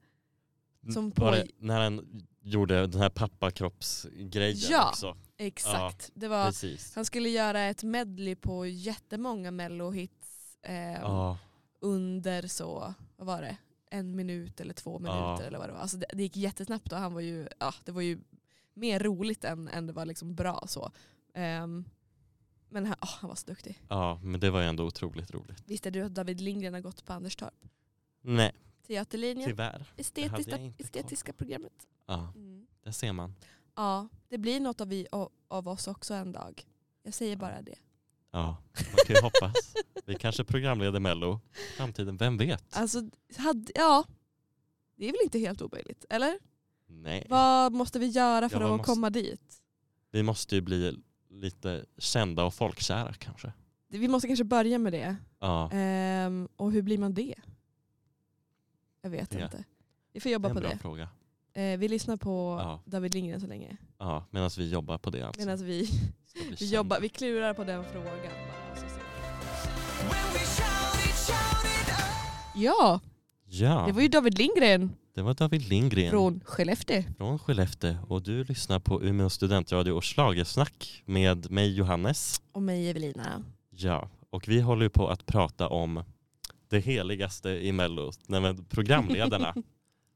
som på- Bara när han gjorde den här pappakroppsgrejen Ja, också. Exakt. Det var, Precis. han skulle göra ett medley på jättemånga mellohits eh, Ja, under så, vad var det, en minut eller två minuter Ja. eller vad det var. Alltså det, det gick jättesnabbt och han var ju, ja, det var ju mer roligt än, än det var liksom bra så. Ehm, men han, åh, han var så duktig. ja, men det var ju ändå otroligt roligt. Visste du att David Lindgren har gått på Anders Torp? Nej, Teaterlinjen, tyvärr. Typ. hade jag estetiska, inte koll på. estetiska programmet. Ja, Mm. där ser man. Ja, det blir något av, vi, av, av oss också en dag. Jag säger bara det. Ja, man kan ju hoppas. Vi kanske programleder Mello i framtiden, vem vet? Alltså, hade, ja. Det är väl inte helt omöjligt, eller? Nej. Vad måste vi göra för Ja, vad att måste- komma dit? Vi måste ju bli lite kända och folkkära kanske. Vi måste kanske börja med det. Ja, Ehm, och hur blir man det? Jag vet Det- inte. Vi får det jobba är på en bra det. fråga. Eh, vi lyssnar på Ja. David Lindgren så länge. Ja, medan vi jobbar på det alltså. Medan vi, Ska bli vi, kända. jobbar, vi klurar på den frågan. bara, så ser vi. Ja, Ja, det var ju David Lindgren David Lindgren från... från Skellefteå. Skellefteå och du lyssnar på Umeå studentradio och Schlagersnack med mig Johannes. Och mig Evelina. Ja, och vi håller ju på att prata om det heligaste i Mello, nej, men programledarna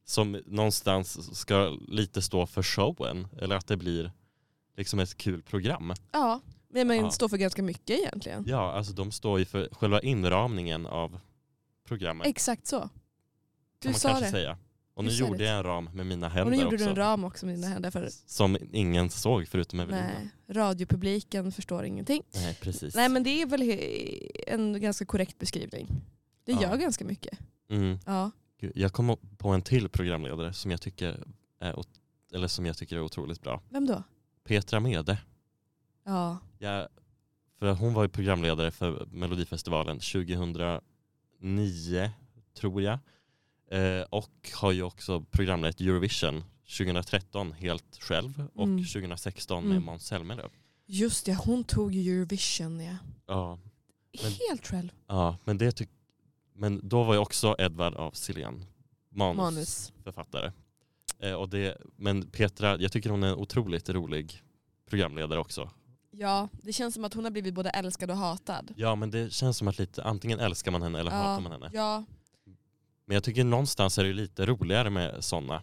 som någonstans ska lite stå för showen eller att det blir liksom ett kul program. Ja, men man Ja. står för ganska mycket egentligen. Ja, alltså de står ju för själva inramningen av programmet. Exakt så. kan Du man sa kanske det. säga. Och nu Du sa gjorde det. jag en ram med mina Och händer nu gjorde du också. en ram också med dina händer. För, Som ingen såg förutom Evelina. Nej, nej, radiopubliken förstår ingenting. precis. Nej men det är väl he- en ganska korrekt beskrivning. Det Ja. gör ganska mycket. mm. Ja. Gud, jag kom på en till programledare som jag tycker är, ot- eller som jag tycker är otroligt bra. Vem då? Petra Mede. Ja. Jag, för hon var ju programledare för Melodifestivalen 2009 tror jag. Eh, och har ju också programlett Eurovision 2013 helt själv och Mm. 2016 med Mm. Måns Zelmerlöw. Just det, hon tog ju Eurovision ja. Ja, Men- Helt själv. ja men, det tyck- men då var ju också Edvard av Silén manus, Manus. författare. Eh, och det, men Petra, jag tycker hon är en otroligt rolig programledare också. Ja, det känns som att hon har blivit både älskad och hatad. Ja men det känns som att lite, antingen älskar man henne eller Ja. hatar man henne. Ja, Men jag tycker någonstans är det lite roligare med sådana.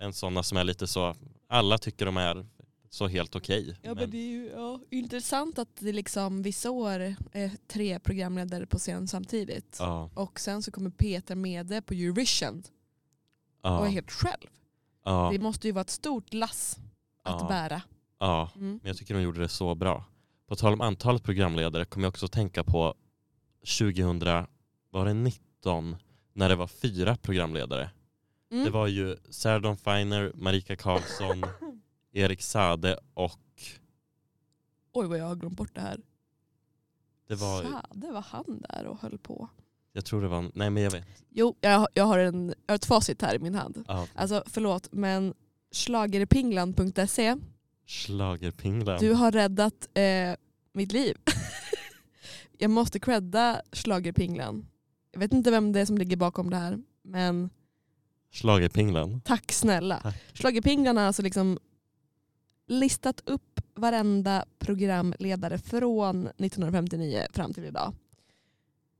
Än sådana som är lite så, alla tycker de är så helt okej. ja men men, det är ju ja, intressant att det liksom vissa år är tre programledare på scen samtidigt. ja, Och sen så kommer Peter Mede på Eurovision och är ja, helt själv. ja, Det måste ju vara ett stort lass att Ja. bära. ja. Mm. Men jag tycker de gjorde det så bra. På tal om antalet programledare kom jag också att tänka på 2000, var det 19 om när det var fyra programledare. Mm. Det var ju Serdon Feiner, Marika Karlsson, Erik Sade och Oj vad jag har glömt bort det här. det var, Sade var han där och höll på. jag tror det var, nej men jag vet. Jo, jag, har- jag, har, en, jag har ett facit här i min hand. Ja, Alltså förlåt men schlagerpingland.se, Schlagerpinglan. du har räddat eh, mitt liv. jag måste credda schlagerpinglan. Jag vet inte vem det är som ligger bakom det här men Schlagerpinglan. tack snälla. Tack. Schlagerpinglan har alltså liksom listat upp varenda programledare från 1959 fram till idag.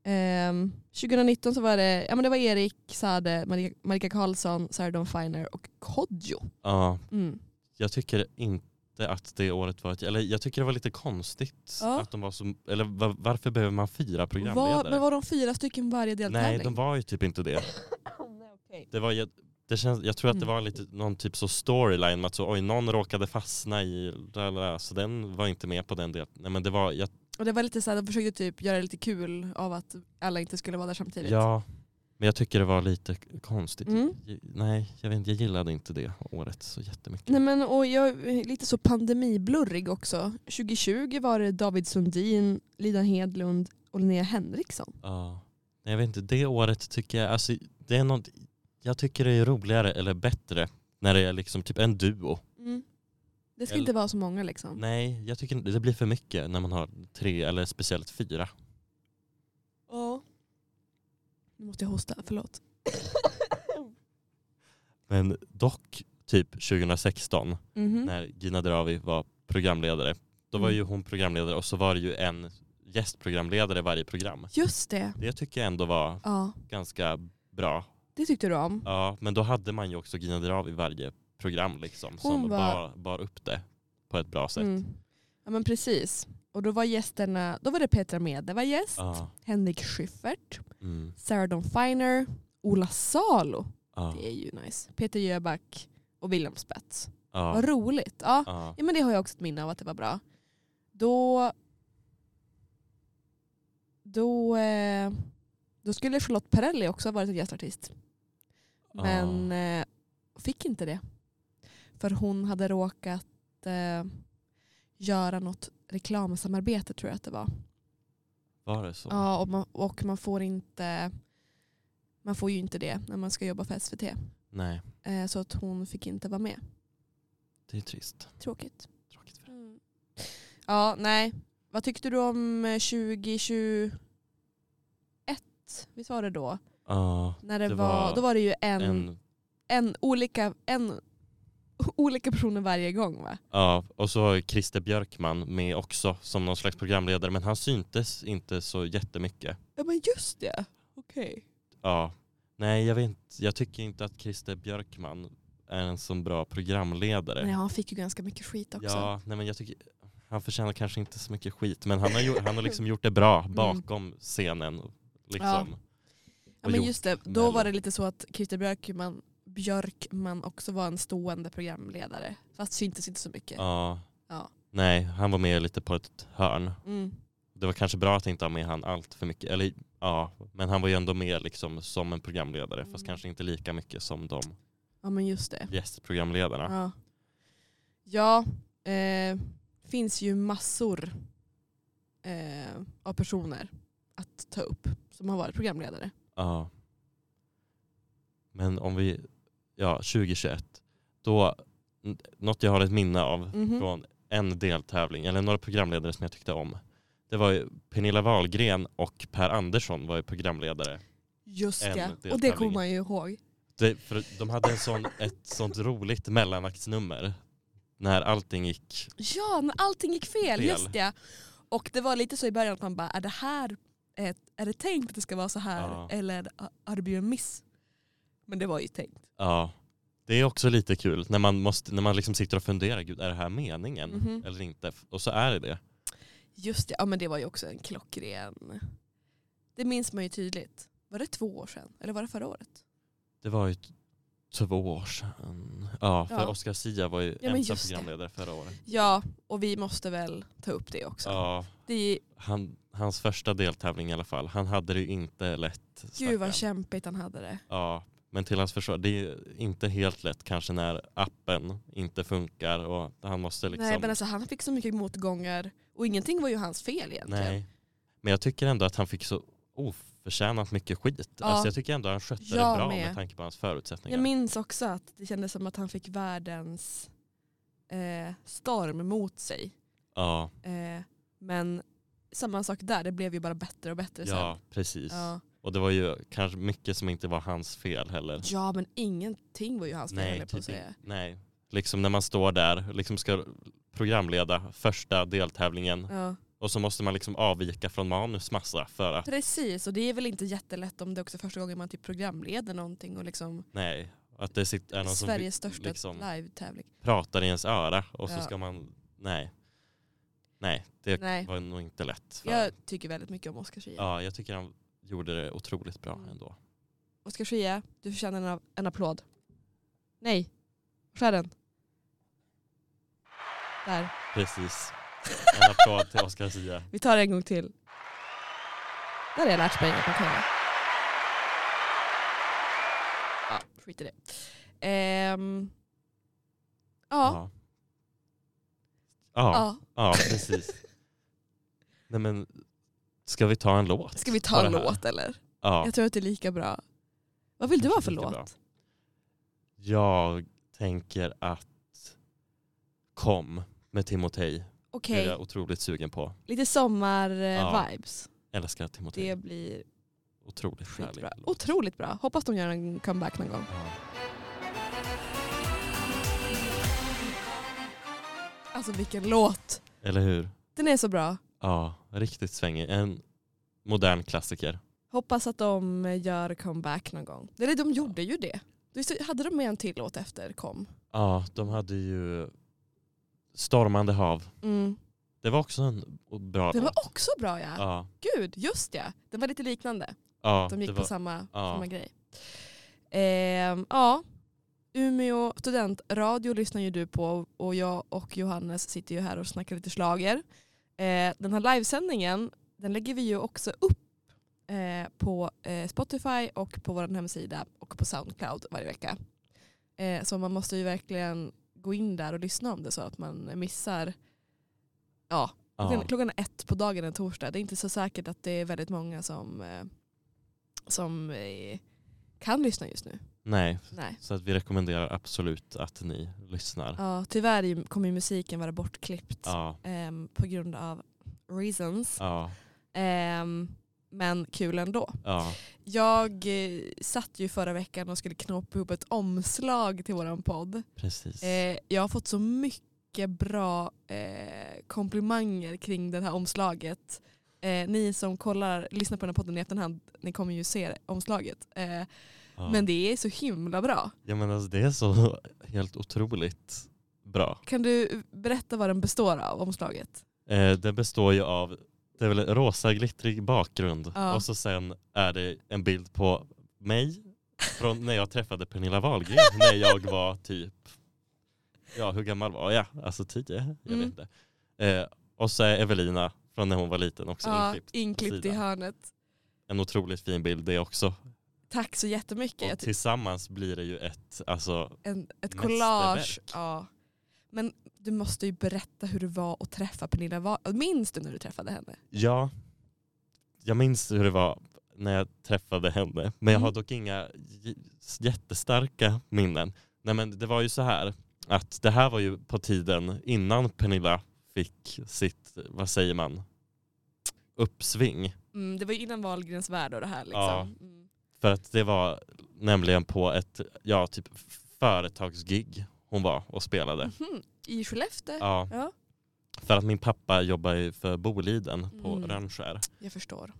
Ehm, 2019 så var det, ja, men det var Erik Sade, Marika- Marika Karlsson, Sarah Dawn Finer och Kodjo. Ja, Mm. jag tycker inte att det året var ett, eller jag tycker det var lite konstigt Ja. att de var så, eller va- varför behöver man fyra Var, programledare? men var de fyra stycken varje deltävling? nej, de var ju typ inte det. Nej, okej. det var ju, det känns, jag tror att det Mm. var lite någon typ så storyline med att så, oj, någon råkade fastna i, la, la, la, så den var inte med på den delen. Nej men det var, jag, Och det var lite så här, de försökte typ göra det lite kul av att alla inte skulle vara där samtidigt. ja, men jag tycker det var lite k- konstigt. Mm. J- Nej, jag vet inte, jag gillade inte det året så jättemycket. Nej men och jag är lite så pandemiblurrig också. 2020 var det David Sundin, Lina Hedlund och Linnea Henriksson. Ja. Nej jag vet inte, det året tycker jag, alltså det är något, jag tycker det är roligare eller bättre när det är liksom typ en duo. Det ska Eller- inte vara så många liksom. Nej, jag tycker det blir för mycket när man har tre eller speciellt fyra. Ja. Nu måste jag hosta, förlåt. Men dock typ 2016 Mhm. när Gina Dravi var programledare. Då var Mm. ju hon programledare och så var det ju en gästprogramledare varje program. Just det. Det tycker jag ändå var Ja, ganska bra. det tyckte du om. Ja, men då hade man ju också Gina Dravi varje program liksom Hon som var- bar, bar upp det på ett bra sätt. Mm. Ja men precis. Och då var gästerna, då var det Petra Mede var gäst, Ja, Henrik Schyffert, mm, Sarah Dawn Finer, Ola Salo. ja, Det är ju nice. Peter Jöback och William Spets. ja, Vad roligt. Ja. ja. ja, men det har jag också ett minne av att det var bra. Då... Då, eh, då skulle Charlotte Perrelli också ha varit en gästartist. Men eh, fick inte det. För hon hade råkat eh, göra något reklamsamarbete tror jag att det var. Var det så? Ja, och man, och man får inte... Man får ju inte det när man ska jobba för SVT. Nej, Eh, så att hon fick inte vara med. det är trist. Tråkigt. Tråkigt för det. Mm. Ja, nej. Vad tyckte du om eh, 2021? Visst var det då? Ja, När det Det var, var då var det ju en, en. en, olika, en olika personer varje gång va? ja, och så var Christer Björkman med också som någon slags programledare men han syntes inte så jättemycket. Ja men just det. Okej. Ja. Nej, jag, vet inte. jag tycker inte att Christer Björkman är en så bra programledare. Nej, han fick ju ganska mycket skit också. ja, nej, men jag tycker han förtjänar kanske inte så mycket skit, men han har, gjort, han har liksom gjort det bra Mm. bakom scenen. Liksom. Ja, men gjort just det. Då mellan. var det lite så att Christer Björkman, Björkman också var en stående programledare. Fast syntes inte så mycket. Ja. Ja. Nej, han var med lite på ett hörn. Mm. Det var kanske bra att inte ha med han allt för mycket. Eller, ja, men han var ju ändå med liksom som en programledare, fast Mm. kanske inte lika mycket som de ja men just det. gästprogramledarna. Ja, ja eh, finns ju massor eh, av personer att ta upp som har varit programledare. Ja. Men om vi, ja 2021, då, n- något jag har ett minne av Mhm. från en deltävling, eller några programledare som jag tyckte om. Det var ju Pernilla Wahlgren och Per Andersson var ju programledare. Just En det, och det deltävling. kommer man ju ihåg. Det, för de hade en sån, ett sånt roligt mellanaktsnummer när allting gick. Ja, när allting gick fel, Fel. just det. Och det var lite så i början att man bara, är det här ett, är det tänkt att det ska vara så här? Ja. Eller har- har det blivit en miss? Men det var ju tänkt. Ja, det är också lite kul när man, måste, när man liksom sitter och funderar, gud är det här meningen Mhm. eller inte? Och så är det det. Just det, ja men det var ju också en klockren... Det minns man ju tydligt. Var det två år sedan? Eller var det förra året? Det var ju, två år sedan. Ja, för Ja. Oscar Sia var ju men ensam just det. programledare förra året. Ja, och vi måste väl ta upp det också. Ja, Det är, han, hans första deltävling i alla fall. Han hade det ju inte lätt. gud stackarn. vad kämpigt han hade det. Ja, men till hans försvar, det är inte helt lätt kanske när appen inte funkar och han måste liksom... Nej men alltså han fick så mycket motgångar och ingenting var ju hans fel egentligen. Nej. Men jag tycker ändå att han fick så oförtjänat mycket skit. Ja. Alltså jag tycker ändå att han skötte Jag det bra med. med tanke på hans förutsättningar. Jag minns också att det kändes som att han fick världens eh, storm mot sig. Ja, Eh, men samma sak där, det blev ju bara bättre och bättre sen. ja, precis. Ja. Och det var ju kanske mycket som inte var hans fel heller. ja men ingenting var ju hans fel höll jag på att typ säga. in- nej. Liksom när man står där liksom ska programleda första deltävlingen Ja. och så måste man liksom avvika från manus massa för att Precis och det är väl inte jättelätt om det är också första gången man typ programleder någonting och liksom nej, att det sitter är någon som Sveriges vi- största liksom live-tävling. pratar i ens öra och Ja. så ska man nej. Nej, det Nej, var nog inte lätt. För jag tycker väldigt mycket om Oscar Zia. Ja, jag tycker han gjorde det otroligt bra Mm. ändå. Oscar Zia, du förtjänar en, en applåd. Nej, skär den. Där. Precis. En applåd till Oscar Zia. Vi tar det en gång till. Där har jag lärt mig att man kan göra. Ja, skit i det. Ehm, ja, Ja. Ja, ja. ja, precis. Nej men, ska vi ta en låt? Ska vi på ta det en här? låt eller? Ja, Jag tror att det är lika bra. Vad vill du ha Kanske för lika bra. låt? jag tänker att Kom med Timotej Okej, är jag otroligt sugen på. lite eh, sommar-vibes. Ja. Älskar Timotej. Det blir Otroligt härlig skitbra. låt. Otroligt bra. Hoppas de gör en comeback någon gång. Ja. Alltså vilken låt! Eller hur? Den är så bra. Ja, riktigt svängig. En modern klassiker. Hoppas att de gör comeback någon gång. Eller de gjorde ju det. Du- Hade de med en till låt efter kom? Ja, de hade ju Stormande hav. Mm. Det var också en bra Den var låt. också bra ja. Ja, Gud, just ja. Den var lite liknande. ja De gick det på var, samma, ja. samma grej. Ehm, ja, Umeå studentradio lyssnar ju du på och jag och Johannes sitter ju här och snackar lite slager. Eh, den här livesändningen den lägger vi ju också upp eh, på eh, Spotify och på vår hemsida och på Soundcloud varje vecka. Eh, så man måste ju verkligen gå in där och lyssna om det så att man missar ja, Klockan, ja. klockan är ett på dagen en torsdag. Det är inte så säkert att det är väldigt många som, eh, som eh, kan lyssna just nu. Nej, Nej. så att vi rekommenderar absolut att ni lyssnar. Ja, Ja, tyvärr är ju- kommer ju musiken vara bortklippt ja. ehm, på grund av reasons. ja. Ehm, men kul ändå. Jag eh, satt ju förra veckan och skulle knåpa ihop ett omslag till våran podd. precis. Eh, jag har fått så mycket bra eh, komplimanger kring det här omslaget. Eh, ni som kollar, lyssnar på den här podden i efterhand, ni kommer ju se det, omslaget. Eh, ja. Men det är så himla bra. ja, men alltså, det är så helt otroligt bra. Kan du berätta vad den består av, omslaget? Eh, det består ju av det är väl en rosa glittrig bakgrund Ja. och så sen är det en bild på mig från när jag träffade Pernilla Wahlgren när jag var typ, ja hur gammal var jag? Alltså tio? Jag Mm. vet inte. Eh, och så är Evelina från när hon var liten också Ja, inklippt. inklippt i sidan. hörnet. En otroligt fin bild det också. Tack så jättemycket. Och Jag tycker tillsammans blir det ju ett, alltså en, ett mästerverk. collage. Ja. Men du måste ju berätta hur det var att träffa Pernilla Wahlgren. Minns du när du träffade henne? ja, jag minns hur det var när jag träffade henne. Men jag har Mm. dock inga j- jättestarka minnen. Nej men det var ju så här att det här var ju på tiden innan Pernilla fick sitt, vad säger man, uppsving. Mm, det var ju innan Wahlgrens värld och det här. Liksom. Ja. Mm. För att det var nämligen på ett, ja typ företagsgig hon var och spelade. Mhm. I Skellefteå? Ja. Ja. För att min pappa jobbar ju för Boliden på Mm. Rönnskär. Jag förstår.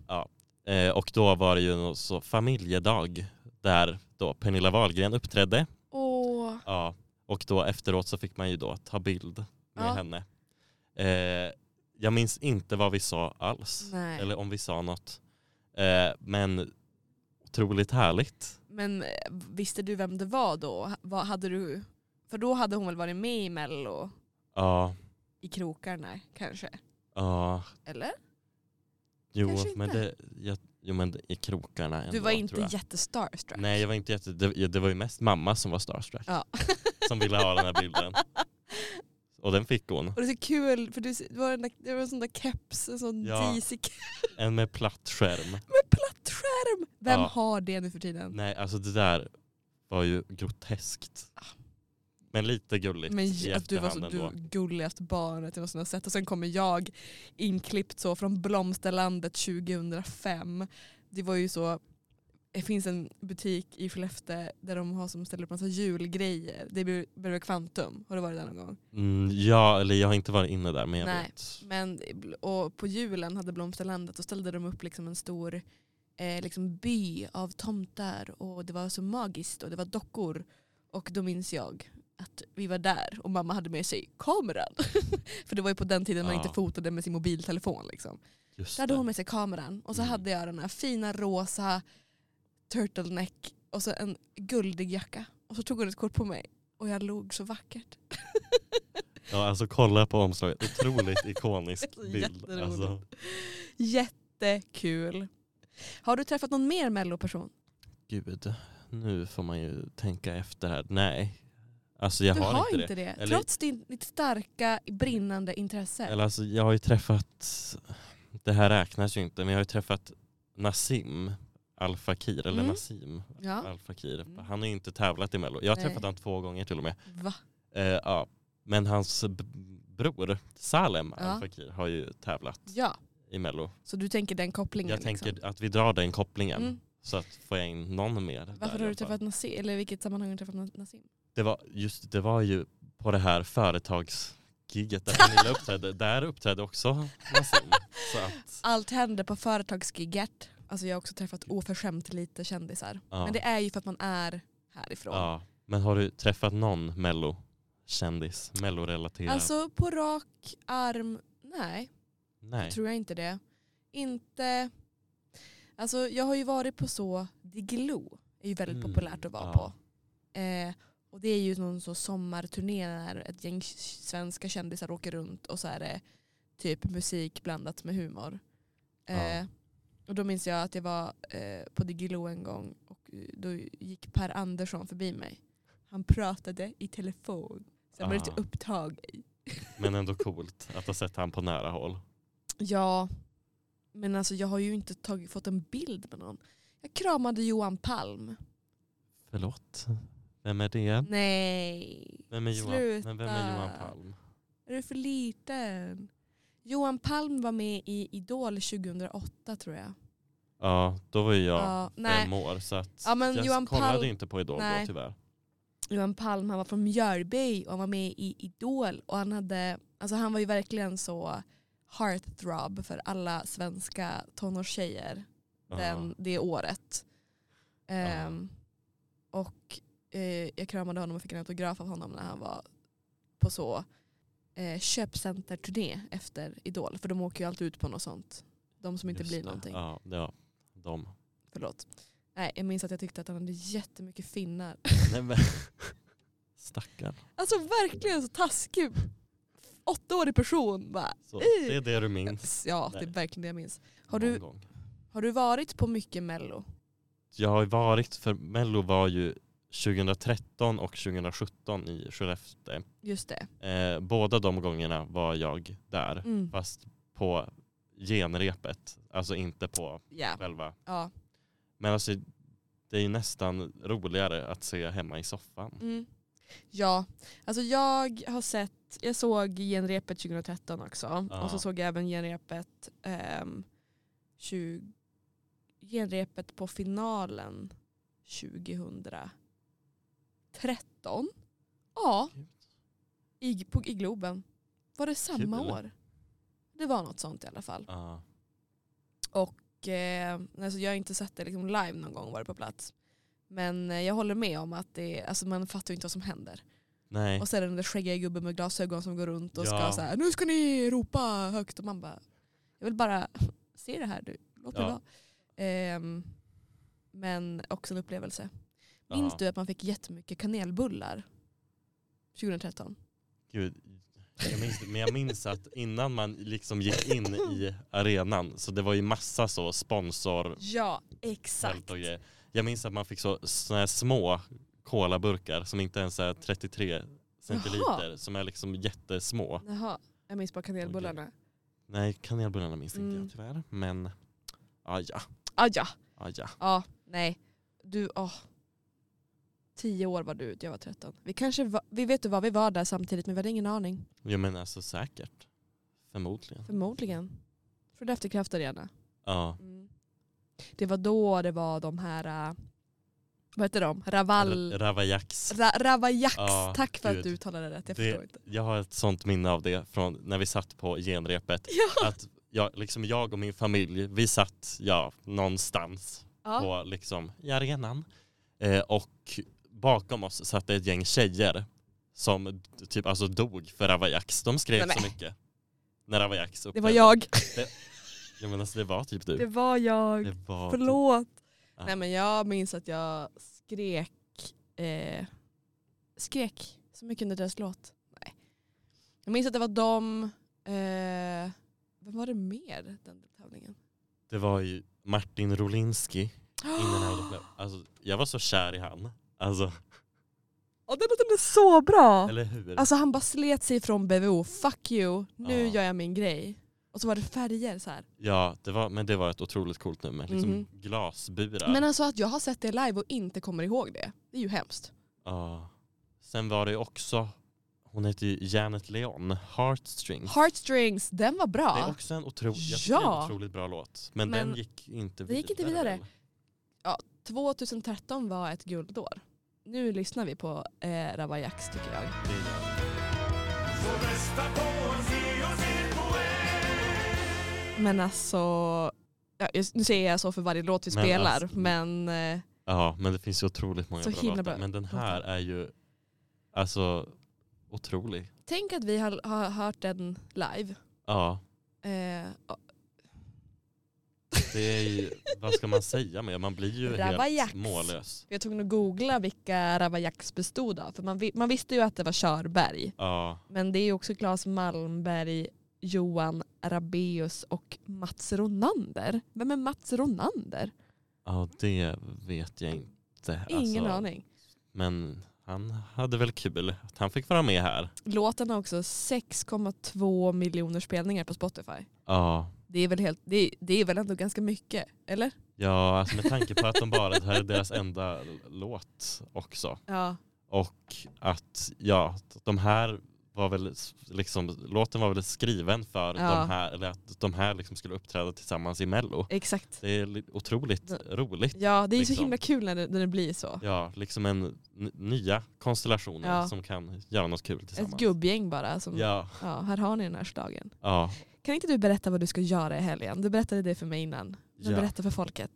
Eh, och då var det ju någon så familjedag där då Pernilla Wahlgren uppträdde. Åh, Ja. Och då efteråt så fick man ju då ta bild med Ja. henne. Eh, jag minns inte vad vi sa alls. nej. Eller om vi sa något. Eh, men otroligt härligt. Men eh, visste du vem det var då? Ha- Vad hade du? För då hade hon väl varit med i Mello Ja, i krokarna kanske? ja. Eller? Jo, Kanske men inte. det, jag, jo men det- i krokarna ändå, Du var inte tror jag. jättestarstruck? Nej jag var inte jätte, det, det var ju mest mamma som var starstruck. Ja. Som ville ha den här bilden. Och den fick hon. Och det är så kul för du, det, var en, det var en sån där keps, en sån Ja. disig keps En med platt skärm. med platt skärm. Vem Ja. har det nu för tiden? Nej alltså det där var ju groteskt. Men lite gulligt Men i att du var så efterhand du ändå. gulligaste barnet jag någonsin har sett. Och sen kommer jag inklippt så från Blomsterlandet 2005. Det var ju så, det finns en butik i Skellefteå där de har som ställer upp massa julgrejer. Det blev- blev Kvantum, har du varit där någon gång? Mm, ja, eller jag har inte varit inne där men jag Nej. vet. Men, och på julen hade Blomsterlandet och ställde de upp liksom en stor eh, liksom by av tomtar och det var så magiskt och det var dockor. Och då minns jag att vi var där och mamma hade med sig kameran. För det var ju på den tiden man Ja. inte fotade med sin mobiltelefon. Liksom. Just Då hade det. hon med sig kameran och så Mm. hade jag den här fina rosa turtleneck och så en guldig jacka. Och så tog hon ett kort på mig och jag log så vackert. Ja, alltså kolla på omslaget. Otroligt ikonisk Så bild. jätteroligt. Alltså, Jättekul. Har du träffat någon mer melloperson? gud, nu får man ju tänka efter här. Nej, alltså jag du har, inte det. det, Eller- trots din, ditt starka brinnande intresse. Eller alltså, jag har ju träffat, det här räknas ju inte, men jag har ju träffat Nassim Al Fakir, eller Mm. Nassim ja. Al Mm. Fakir. Han har ju inte tävlat i Mello. Jag har Nej. träffat honom två gånger till och med. Va? Eh, ja. Men hans b- bror Salem Ja. Al Fakir har ju tävlat ja, i Mello. så du tänker den kopplingen? Jag tänker liksom. att vi drar den kopplingen. Mm. Så att får jag in någon mer. där Varför i har du alla fall. träffat Nassim? Eller i vilket sammanhang har du träffat Na- Nassim? Det var, just, det var ju på det här företagsgiget där Pernilla uppträdde. Där uppträdde också Nassim. Så att, Allt händer på företagsgigget. Alltså jag har också träffat oförskämt lite kändisar. ja. Men det är ju för att man är härifrån. ja. Men har du träffat någon mello-kändis? Mello-relaterad? Alltså på rak arm, nej, Nej. tror jag inte det. Inte... Alltså jag har ju varit på så, Diglo är ju väldigt Mm, populärt att vara ja. på. Eh, och det är ju någon så sommarturné när ett gäng svenska kändisar åker runt och så är det typ musik blandat med humor. Eh, Ja. Och då minns jag att jag var eh, på Digilo en gång och eh, då gick Per Andersson förbi mig. Han pratade i telefon. Så jag var lite Ah. upptagen. Men ändå coolt att ha sett han på nära håll. Ja, men alltså jag har ju inte tagit, fått en bild med någon. Jag kramade Johan Palm. Förlåt? Vem är det? Nej. Vem är Johan, Mm. Sluta. men vem är Johan Palm? Är du för liten? Johan Palm var med i Idol 2008 tror jag. Ja, då var ju jag Ja, nej. fem år så att Ja, men jag Johan kollade Palm- ju inte på Idol Nej. då tyvärr. Johan Palm, han var från Mjölby och han var med i Idol. Och han, hade, alltså han var ju verkligen så heartthrob för alla svenska tonårstjejer den, det året. Ehm, och eh, jag kramade honom och fick en autograf av honom när han var på så eh, köpcenterturné efter Idol. För de åker ju alltid ut på något sånt. De som inte Just blir det. någonting. Ja, ja de. Förlåt. Nej, jag minns att jag tyckte att han hade jättemycket finnar. Nej, men... Stackarn. Alltså verkligen så taskig åttaårig person. Bara, Så, det är det du minns. ja, det är Nej. verkligen det jag minns. Har någon du- gång. Har du varit på mycket mello? Jag har ju varit, för Mello var ju 2013 och 2017 i Skellefteå. Just det. Eh, båda de gångerna var jag där, Mm. fast på genrepet, alltså inte på Ja. själva. ja. Men alltså, det är ju nästan roligare att se hemma i soffan. Mm. Ja, alltså jag har sett, jag såg genrepet 2013 också Ja. och så såg jag även genrepet, ehm, 20, genrepet på finalen 2013. Ja, i, på, i Globen. Var det samma Kul. år? Det var något sånt i alla fall. Ja. Och, eh, alltså jag har inte sett det liksom live någon gång varit på plats. Men eh, jag håller med om att det, alltså man fattar ju inte vad som händer. Nej. Och så är det den där skäggiga gubben med glasögon som går runt och ska Ja. så här, nu ska ni ropa högt. Och man bara, jag vill bara se det här nu. Låt det Ja. vara. Ehm, Men också en upplevelse. Ja. Minns du att man fick jättemycket kanelbullar 2013? Gud, jag minns, det, men jag minns att innan man liksom gick in i arenan så det var ju massa så sponsor Ja, exakt. och grejer. Jag minns att man fick så, såna här små colaburkar som inte ens är 33 centiliter Jaha. som är liksom jättesmå. Jaha, jag minns bara kanelbullarna. Nej kanelbullarna minns inte Mm. jag tyvärr men ah, ja, Ah, ja, ah, ja. ja, nej. Du, åh. Tio år var du, jag var 13. Vi kanske var, vi vet du vad, vi var där samtidigt men vi hade ingen aning. Jo men alltså säkert. Förmodligen. Förmodligen. Från efterkrafter gärna. Ja. Mm. Det var då det var de här, äh, vad heter de? Raval... Ra- Ravajaks. Ra, Ravajaks. Ja, Tack för att gud. du uttalade det rätt, jag Det- förstår inte. Jag har ett sånt minne av det från när vi satt på genrepet. Ja. Att jag, liksom jag och min familj, vi satt ja, någonstans Ja. på liksom, i arenan. Eh, och bakom oss satt det ett gäng tjejer som d- typ alltså dog för Ravajaks. De skrev Nej, så men. mycket. När Ravajaks Det var uppträdde. jag. Ja, men alltså, det var typ du. Det var jag. Det var typ- Förlåt. Ja. Nej men jag minns att jag skrek, eh, skrek så mycket under deras låt. Nej. Jag minns att det var dem, eh, vem var det mer den tävlingen? Det var ju Martin Rolinski. Innan han, alltså, jag var så kär i han. Alltså, Åh, den låten är så bra! eller hur? Alltså han bara slet sig från BVO, fuck you, nu typ. Ja. gör jag min grej. Och så var det färger så här. Ja, det var, men det var ett otroligt coolt nummer. Liksom Mhm. Glasburar. Men alltså att jag har sett det live och inte kommer ihåg det, det är ju hemskt. Ja. Sen var det ju också, hon heter ju Janet Leon, Heartstrings. Heartstrings, den var bra. Mm. Det är också en, otro, jag tycker det är Ja. en otroligt bra låt. Men, Men den gick inte vidare. den gick inte vidare. väl? 2013 var ett guldår. Nu lyssnar vi på eh, Ravajaks tycker jag. Det är det. Men alltså, ja, just- nu säger jag så för varje låt vi Men spelar alltså- men eh, Ja, men det finns ju otroligt många Så bra himla låtar. bra Men den här låtar. är ju alltså otrolig. tänk att vi har, har hört den live. Ja, Eh, och- det är ju, vad ska man säga med Man blir ju Ravajaks. helt mållös. jag tog nog och googla vilka Ravajaks bestod av för man, vi- man visste ju att det var Körberg Ja, men det är ju också Claes Malmberg, Johan Rabeus och Mats Ronander. Vem är Mats Ronander? ja det vet jag inte. Ingen Alltså, aning. Men han hade väl kul att han fick vara med här. Låten har också 6,2 miljoner spelningar på Spotify. Ja, Det är väl, helt, det är, det är väl ändå ganska mycket, eller? ja alltså med tanke på att de bara, det här är deras enda l- låt också. Ja. Och att ja, de här var väl s- liksom, låten var väl skriven för Ja. de här, eller att de här liksom skulle uppträda tillsammans i Mello. Exakt. Det är li- otroligt Ja. roligt. Ja, det är ju så Liksom. himla kul när det, när det blir så. Ja, liksom en n- nya konstellationer Ja. som kan göra något kul tillsammans. Ett gubbgäng bara. Som, ja. Ja, här har ni den här slagen. ja. Kan inte du berätta vad du ska göra i helgen? Du berättade det för mig innan. Men Ja. berätta för folket.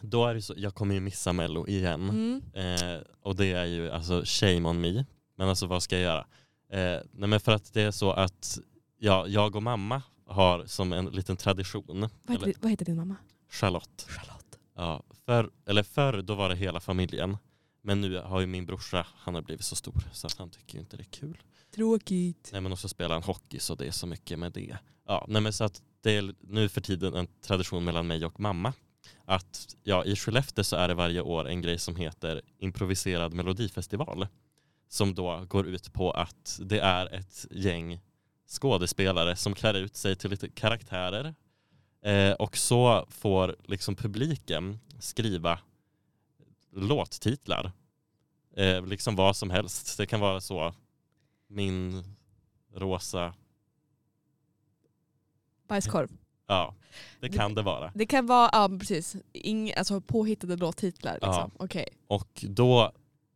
Då är det så, jag kommer ju missa Mello igen. Mm. Eh, och det är ju alltså shame on me. Men alltså vad ska jag göra? Eh, nej men för att det är så att ja, jag och mamma har som en liten tradition, Vad, heter, Eller- din- vad heter din mamma? Charlotte. Charlotte. Ja, för, eller förr då var det hela familjen. Men nu har ju min brorsa, han har blivit så stor så att han tycker ju inte det är kul. Tråkigt. Nej men också spelar han hockey så det är så mycket med det. Ja, nej men så att det är nu för tiden en tradition mellan mig och mamma. Att ja, i Skellefteå så är det varje år en grej som heter improviserad melodifestival. Som då går ut på att det är ett gäng skådespelare som klär ut sig till lite karaktärer. Eh, och så får liksom publiken skriva låttitlar. Eh, liksom vad som helst. Det kan vara så min rosa, Bajskorv. ja det kan det vara. Det kan vara, ja precis, Ing, alltså påhittade låttitlar liksom. Ja. Okej. Och då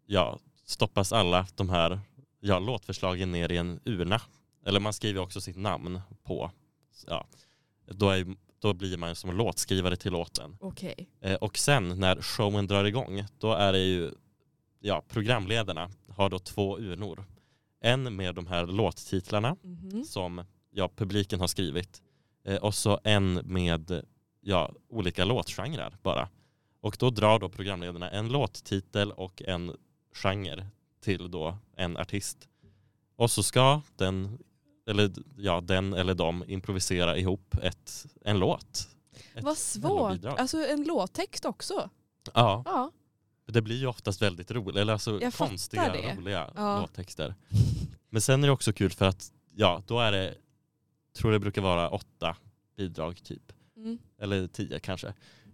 ja, stoppas alla de här ja, låtförslagen ner i en urna. Eller man skriver också sitt namn på. Ja. Då, är, då blir man ju som låtskrivare till låten. Okej. Eh, och sen när showen drar igång, då är det ju ja, programledarna har då två urnor. En med de här låttitlarna Mhm. som ja, publiken har skrivit. Eh, och så en med ja, olika låtgenrer bara. Och Och då drar då programledarna en låttitel och en genre till då en artist. Och så ska den eller, ja, den eller de improvisera ihop ett, en låt. Ett Vad svårt. melodibidrag. Alltså en låttext också. Ja, Ja. det blir ju oftast väldigt roligt, eller alltså Jag fattar konstiga, det. roliga Ja. låttexter. Men sen är det också kul för att, ja, då är det, tror det brukar vara åtta bidrag typ. Mm. eller tio kanske,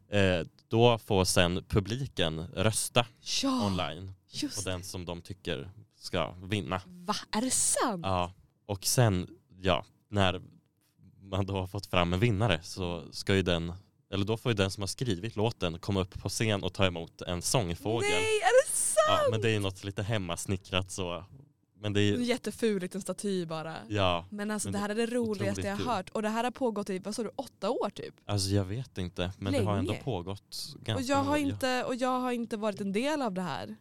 eh, då får sen publiken rösta Ja, online på just Mm. den som de tycker ska vinna. Va, är det sant? Ja, och sen, ja, när man då har fått fram en vinnare så ska ju den, eller då får ju den som har skrivit låten komma upp på scen och ta emot en sångfågel. Nej, är det sant? Ja, men det är ju något lite hemmasnickrat så. Men det är En ju, jätteful liten staty bara. ja, Men alltså Men det här är det roligaste jag otroligt har hört. Och det här har pågått i, vad sa du, åtta år typ? alltså jag vet inte, men det har ändå Länge. pågått ganska Och jag har många- inte, och jag har inte varit en del av det här.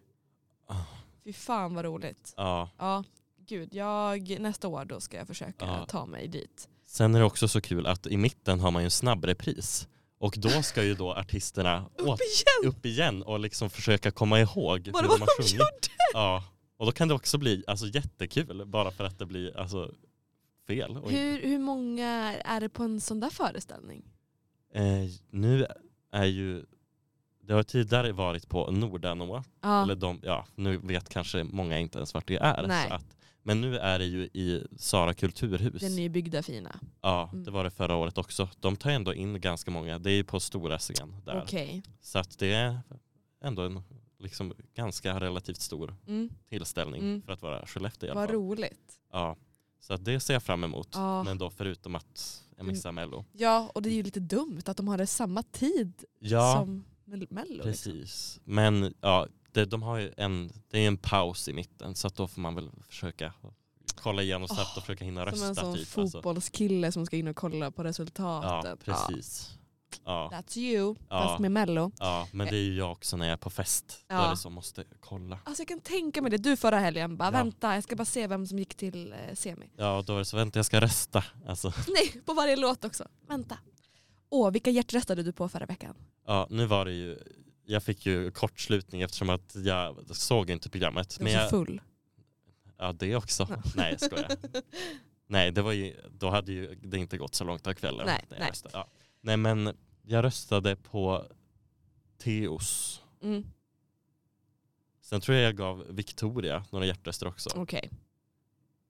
Ah. Fy fan vad roligt. Ja, Ja, gud, jag, nästa år då ska jag försöka Ja. ta mig dit. Sen är det också så kul att i mitten har man ju en snabb repris. Och då ska ju då artisterna Upp åt, igen! upp igen och liksom försöka komma ihåg Bara hur vad de de har sjungit. Ja. Och då kan det också bli alltså, jättekul bara för att det blir alltså, fel. Och, Hur, hur många är det på en sån där föreställning? eh, nu är ju, det har tidigare varit på Nordanå, Ja. eller de, ja, nu vet kanske många inte ens vart det är. Nej. Så att, men nu är det ju i Sara kulturhus. Den nybyggda fina. Ja, Mm. det var det förra året också. De tar ändå in ganska många. Det är ju på stora scen där. Okej. Så att det är ändå en liksom, ganska relativt stor Mm. tillställning Mm. för att vara Skellefteå i alla Vad fall. roligt. Ja. Så att det ser jag fram emot. Ja. Mm. Men då förutom att jag missar Mello. Ja, och det är ju lite dumt att de har det samma tid Ja, som Mel- Mello. liksom. precis. Men ja, det, de har ju en, det är en paus i mitten så att då får man väl försöka kolla igenom snabbt och försöka hinna Som rösta. en sån typ. Alltså, fotbollskille som ska in och kolla på resultatet. ja, precis. Ja. Ja, That's you, Ja. fast med Mello. Ja, men det är ju jag också när jag är på fest. Då Ja. är det som måste kolla. Alltså jag kan tänka mig det. Du förra helgen bara Ja. vänta, jag ska bara se vem som gick till eh, semi. Ja, och då är det så vänta jag ska rösta. Alltså, Nej, på varje låt också. Vänta. Åh, vilka hjärt röstade du på förra veckan? ja, nu var det ju, jag fick ju kortslutning eftersom att jag såg inte programmet. Du var Men så jag, full. ja, det också. Nej, jag skojar. Nej, det var ju, då hade ju det inte gått så långt av kvällen. Nej, när jag nej. röstade. Ja. nej, men jag röstade på Teos. Mm, Sen tror jag jag gav Victoria några hjärtröster också. Okej,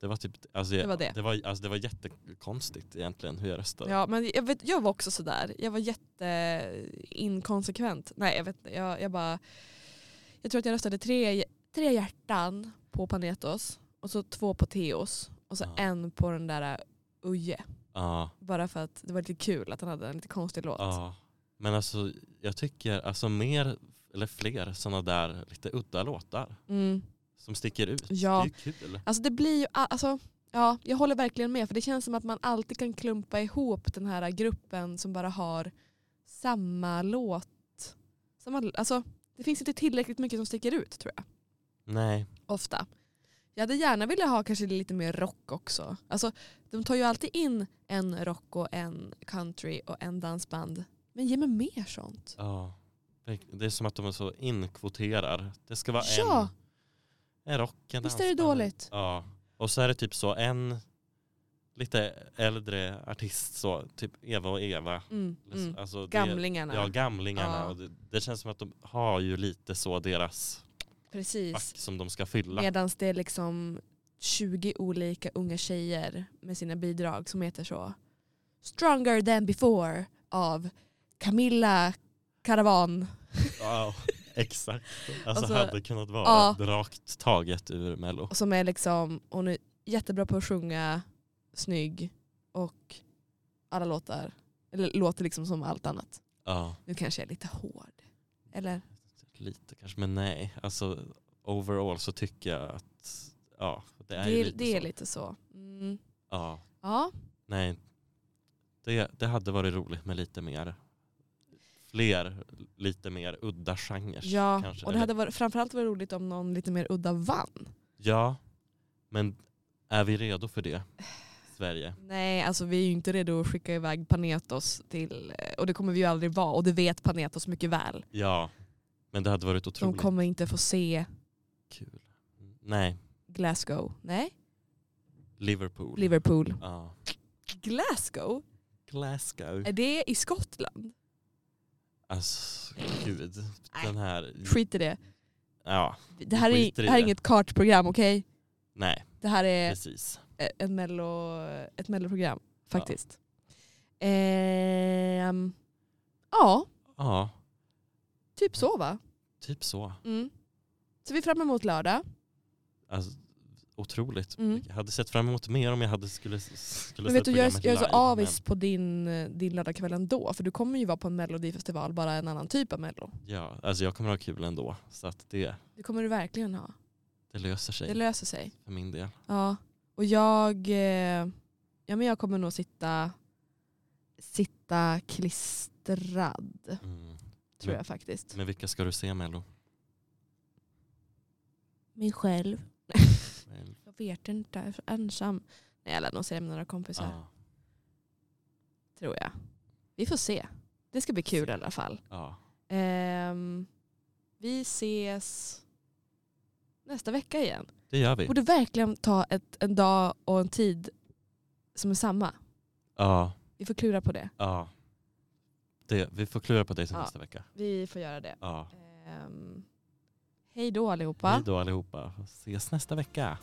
Det var typ, alltså, jag, Det var Mm. det. Det var, alltså, det var jättekonstigt egentligen hur jag röstade. ja, men jag, vet, jag var också sådär. Jag var jätteinkonsekvent. Nej, jag vet inte. jag, jag bara... Jag tror att jag röstade tre, tre hjärtan på Panetos och så två på Teos och så Ja. en på den där eh, Uje. Ja. Bara för att det var lite kul att han hade en lite konstig låt. Ja, men alltså jag tycker alltså mer eller fler sådana där lite udda låtar Mm. som sticker ut. Ja. Det är ju kul. Alltså det blir ju, a- alltså, ja, jag håller verkligen med för det känns som att man alltid kan klumpa ihop den här gruppen som bara har samma låt. Samma, alltså, det finns inte tillräckligt mycket som sticker ut tror jag, Nej, ofta. Jag hade gärna velat ha kanske lite mer rock också. Alltså, de tar ju alltid in en rock och en country och en dansband. Men ge mig mer sånt. ja. det är som att de är så inkvoterar. Det ska vara Ja. en, en rock, en Visst är det dansband. dåligt? Ja, och så är det typ så en lite äldre artist så, typ Eva och Eva. Mm, mm. Alltså, det- Gamlingarna. Ja, gamlingarna. Ja. Och det, det känns som att de har ju lite så deras fack Precis. som de ska fylla. Medan det är liksom 20 olika unga tjejer med sina bidrag som heter så Stronger than before av Camilla Caravan. Ja, exakt. Alltså, Alltså, hade kunnat vara ja. rakt taget ur Mello. Som är liksom, hon är jättebra på att sjunga, snygg och alla låtar, eller låter liksom som allt annat. Ja, Nu kanske jag är lite hård. Eller? lite kanske, men nej. Alltså overall så tycker jag att ja, det är det ju är, lite det är så. lite så. Mm. Ja, Ja, nej. Det, det hade varit roligt med lite mer fler, lite mer udda genrer. ja. kanske. och det hade varit, framförallt varit roligt om någon lite mer udda vann. Ja, men är vi redo för det? Sverige. Nej, alltså vi är ju inte redo att skicka iväg Panetos till, eh, och det kommer vi ju aldrig vara och det vet Panetos mycket väl. Ja, men det hade varit De otroligt kommer inte få se kul. Nej, Glasgow. Nej, Liverpool. Liverpool. ja. Glasgow? Glasgow. Är det i Skottland? Alltså, gud. Nej. Den här... Skit i det. Ja, Det här är, Skit Mm. i det här är det. inget kartprogram, okej? nej, Det här är precis. ett, mello, ett melloprogram faktiskt. Ehm, ja, Ja, typ så va? typ så. Mm. Så vi är fram emot lördag. Alltså, otroligt. Mm. Jag hade sett fram emot mer om jag hade skulle, skulle Men vet sett du, jag är, programmet jag är så live, avis på din, eh, din lördagkväll ändå. För du kommer ju vara på en melodifestival, bara en annan typ av mello. Men, ja, alltså jag kommer ha kul ändå. Så att det, Det kommer du verkligen ha. det löser sig Det löser sig. för min del. Ja. Och jag, eh, ja, men jag kommer nog sitta, sitta klistrad, Mm. tror Men- jag faktiskt. Men vilka ska du se Mello? Min själv. Jag vet inte, jag är så ensam. Nej, jag lär nog se det med några kompisar, Ja, tror jag. Vi får se. Det ska bli kul Se. i alla fall. ja. Ehm, vi ses nästa vecka igen. Det gör vi. Borde verkligen ta ett, en dag och en tid som är samma. Ja, Vi får klura på det. ja. Det, vi får klura på det till Ja. nästa vecka. Vi får göra det. Ja. Ehm, hej då allihopa. Hej då allihopa. Ses nästa vecka.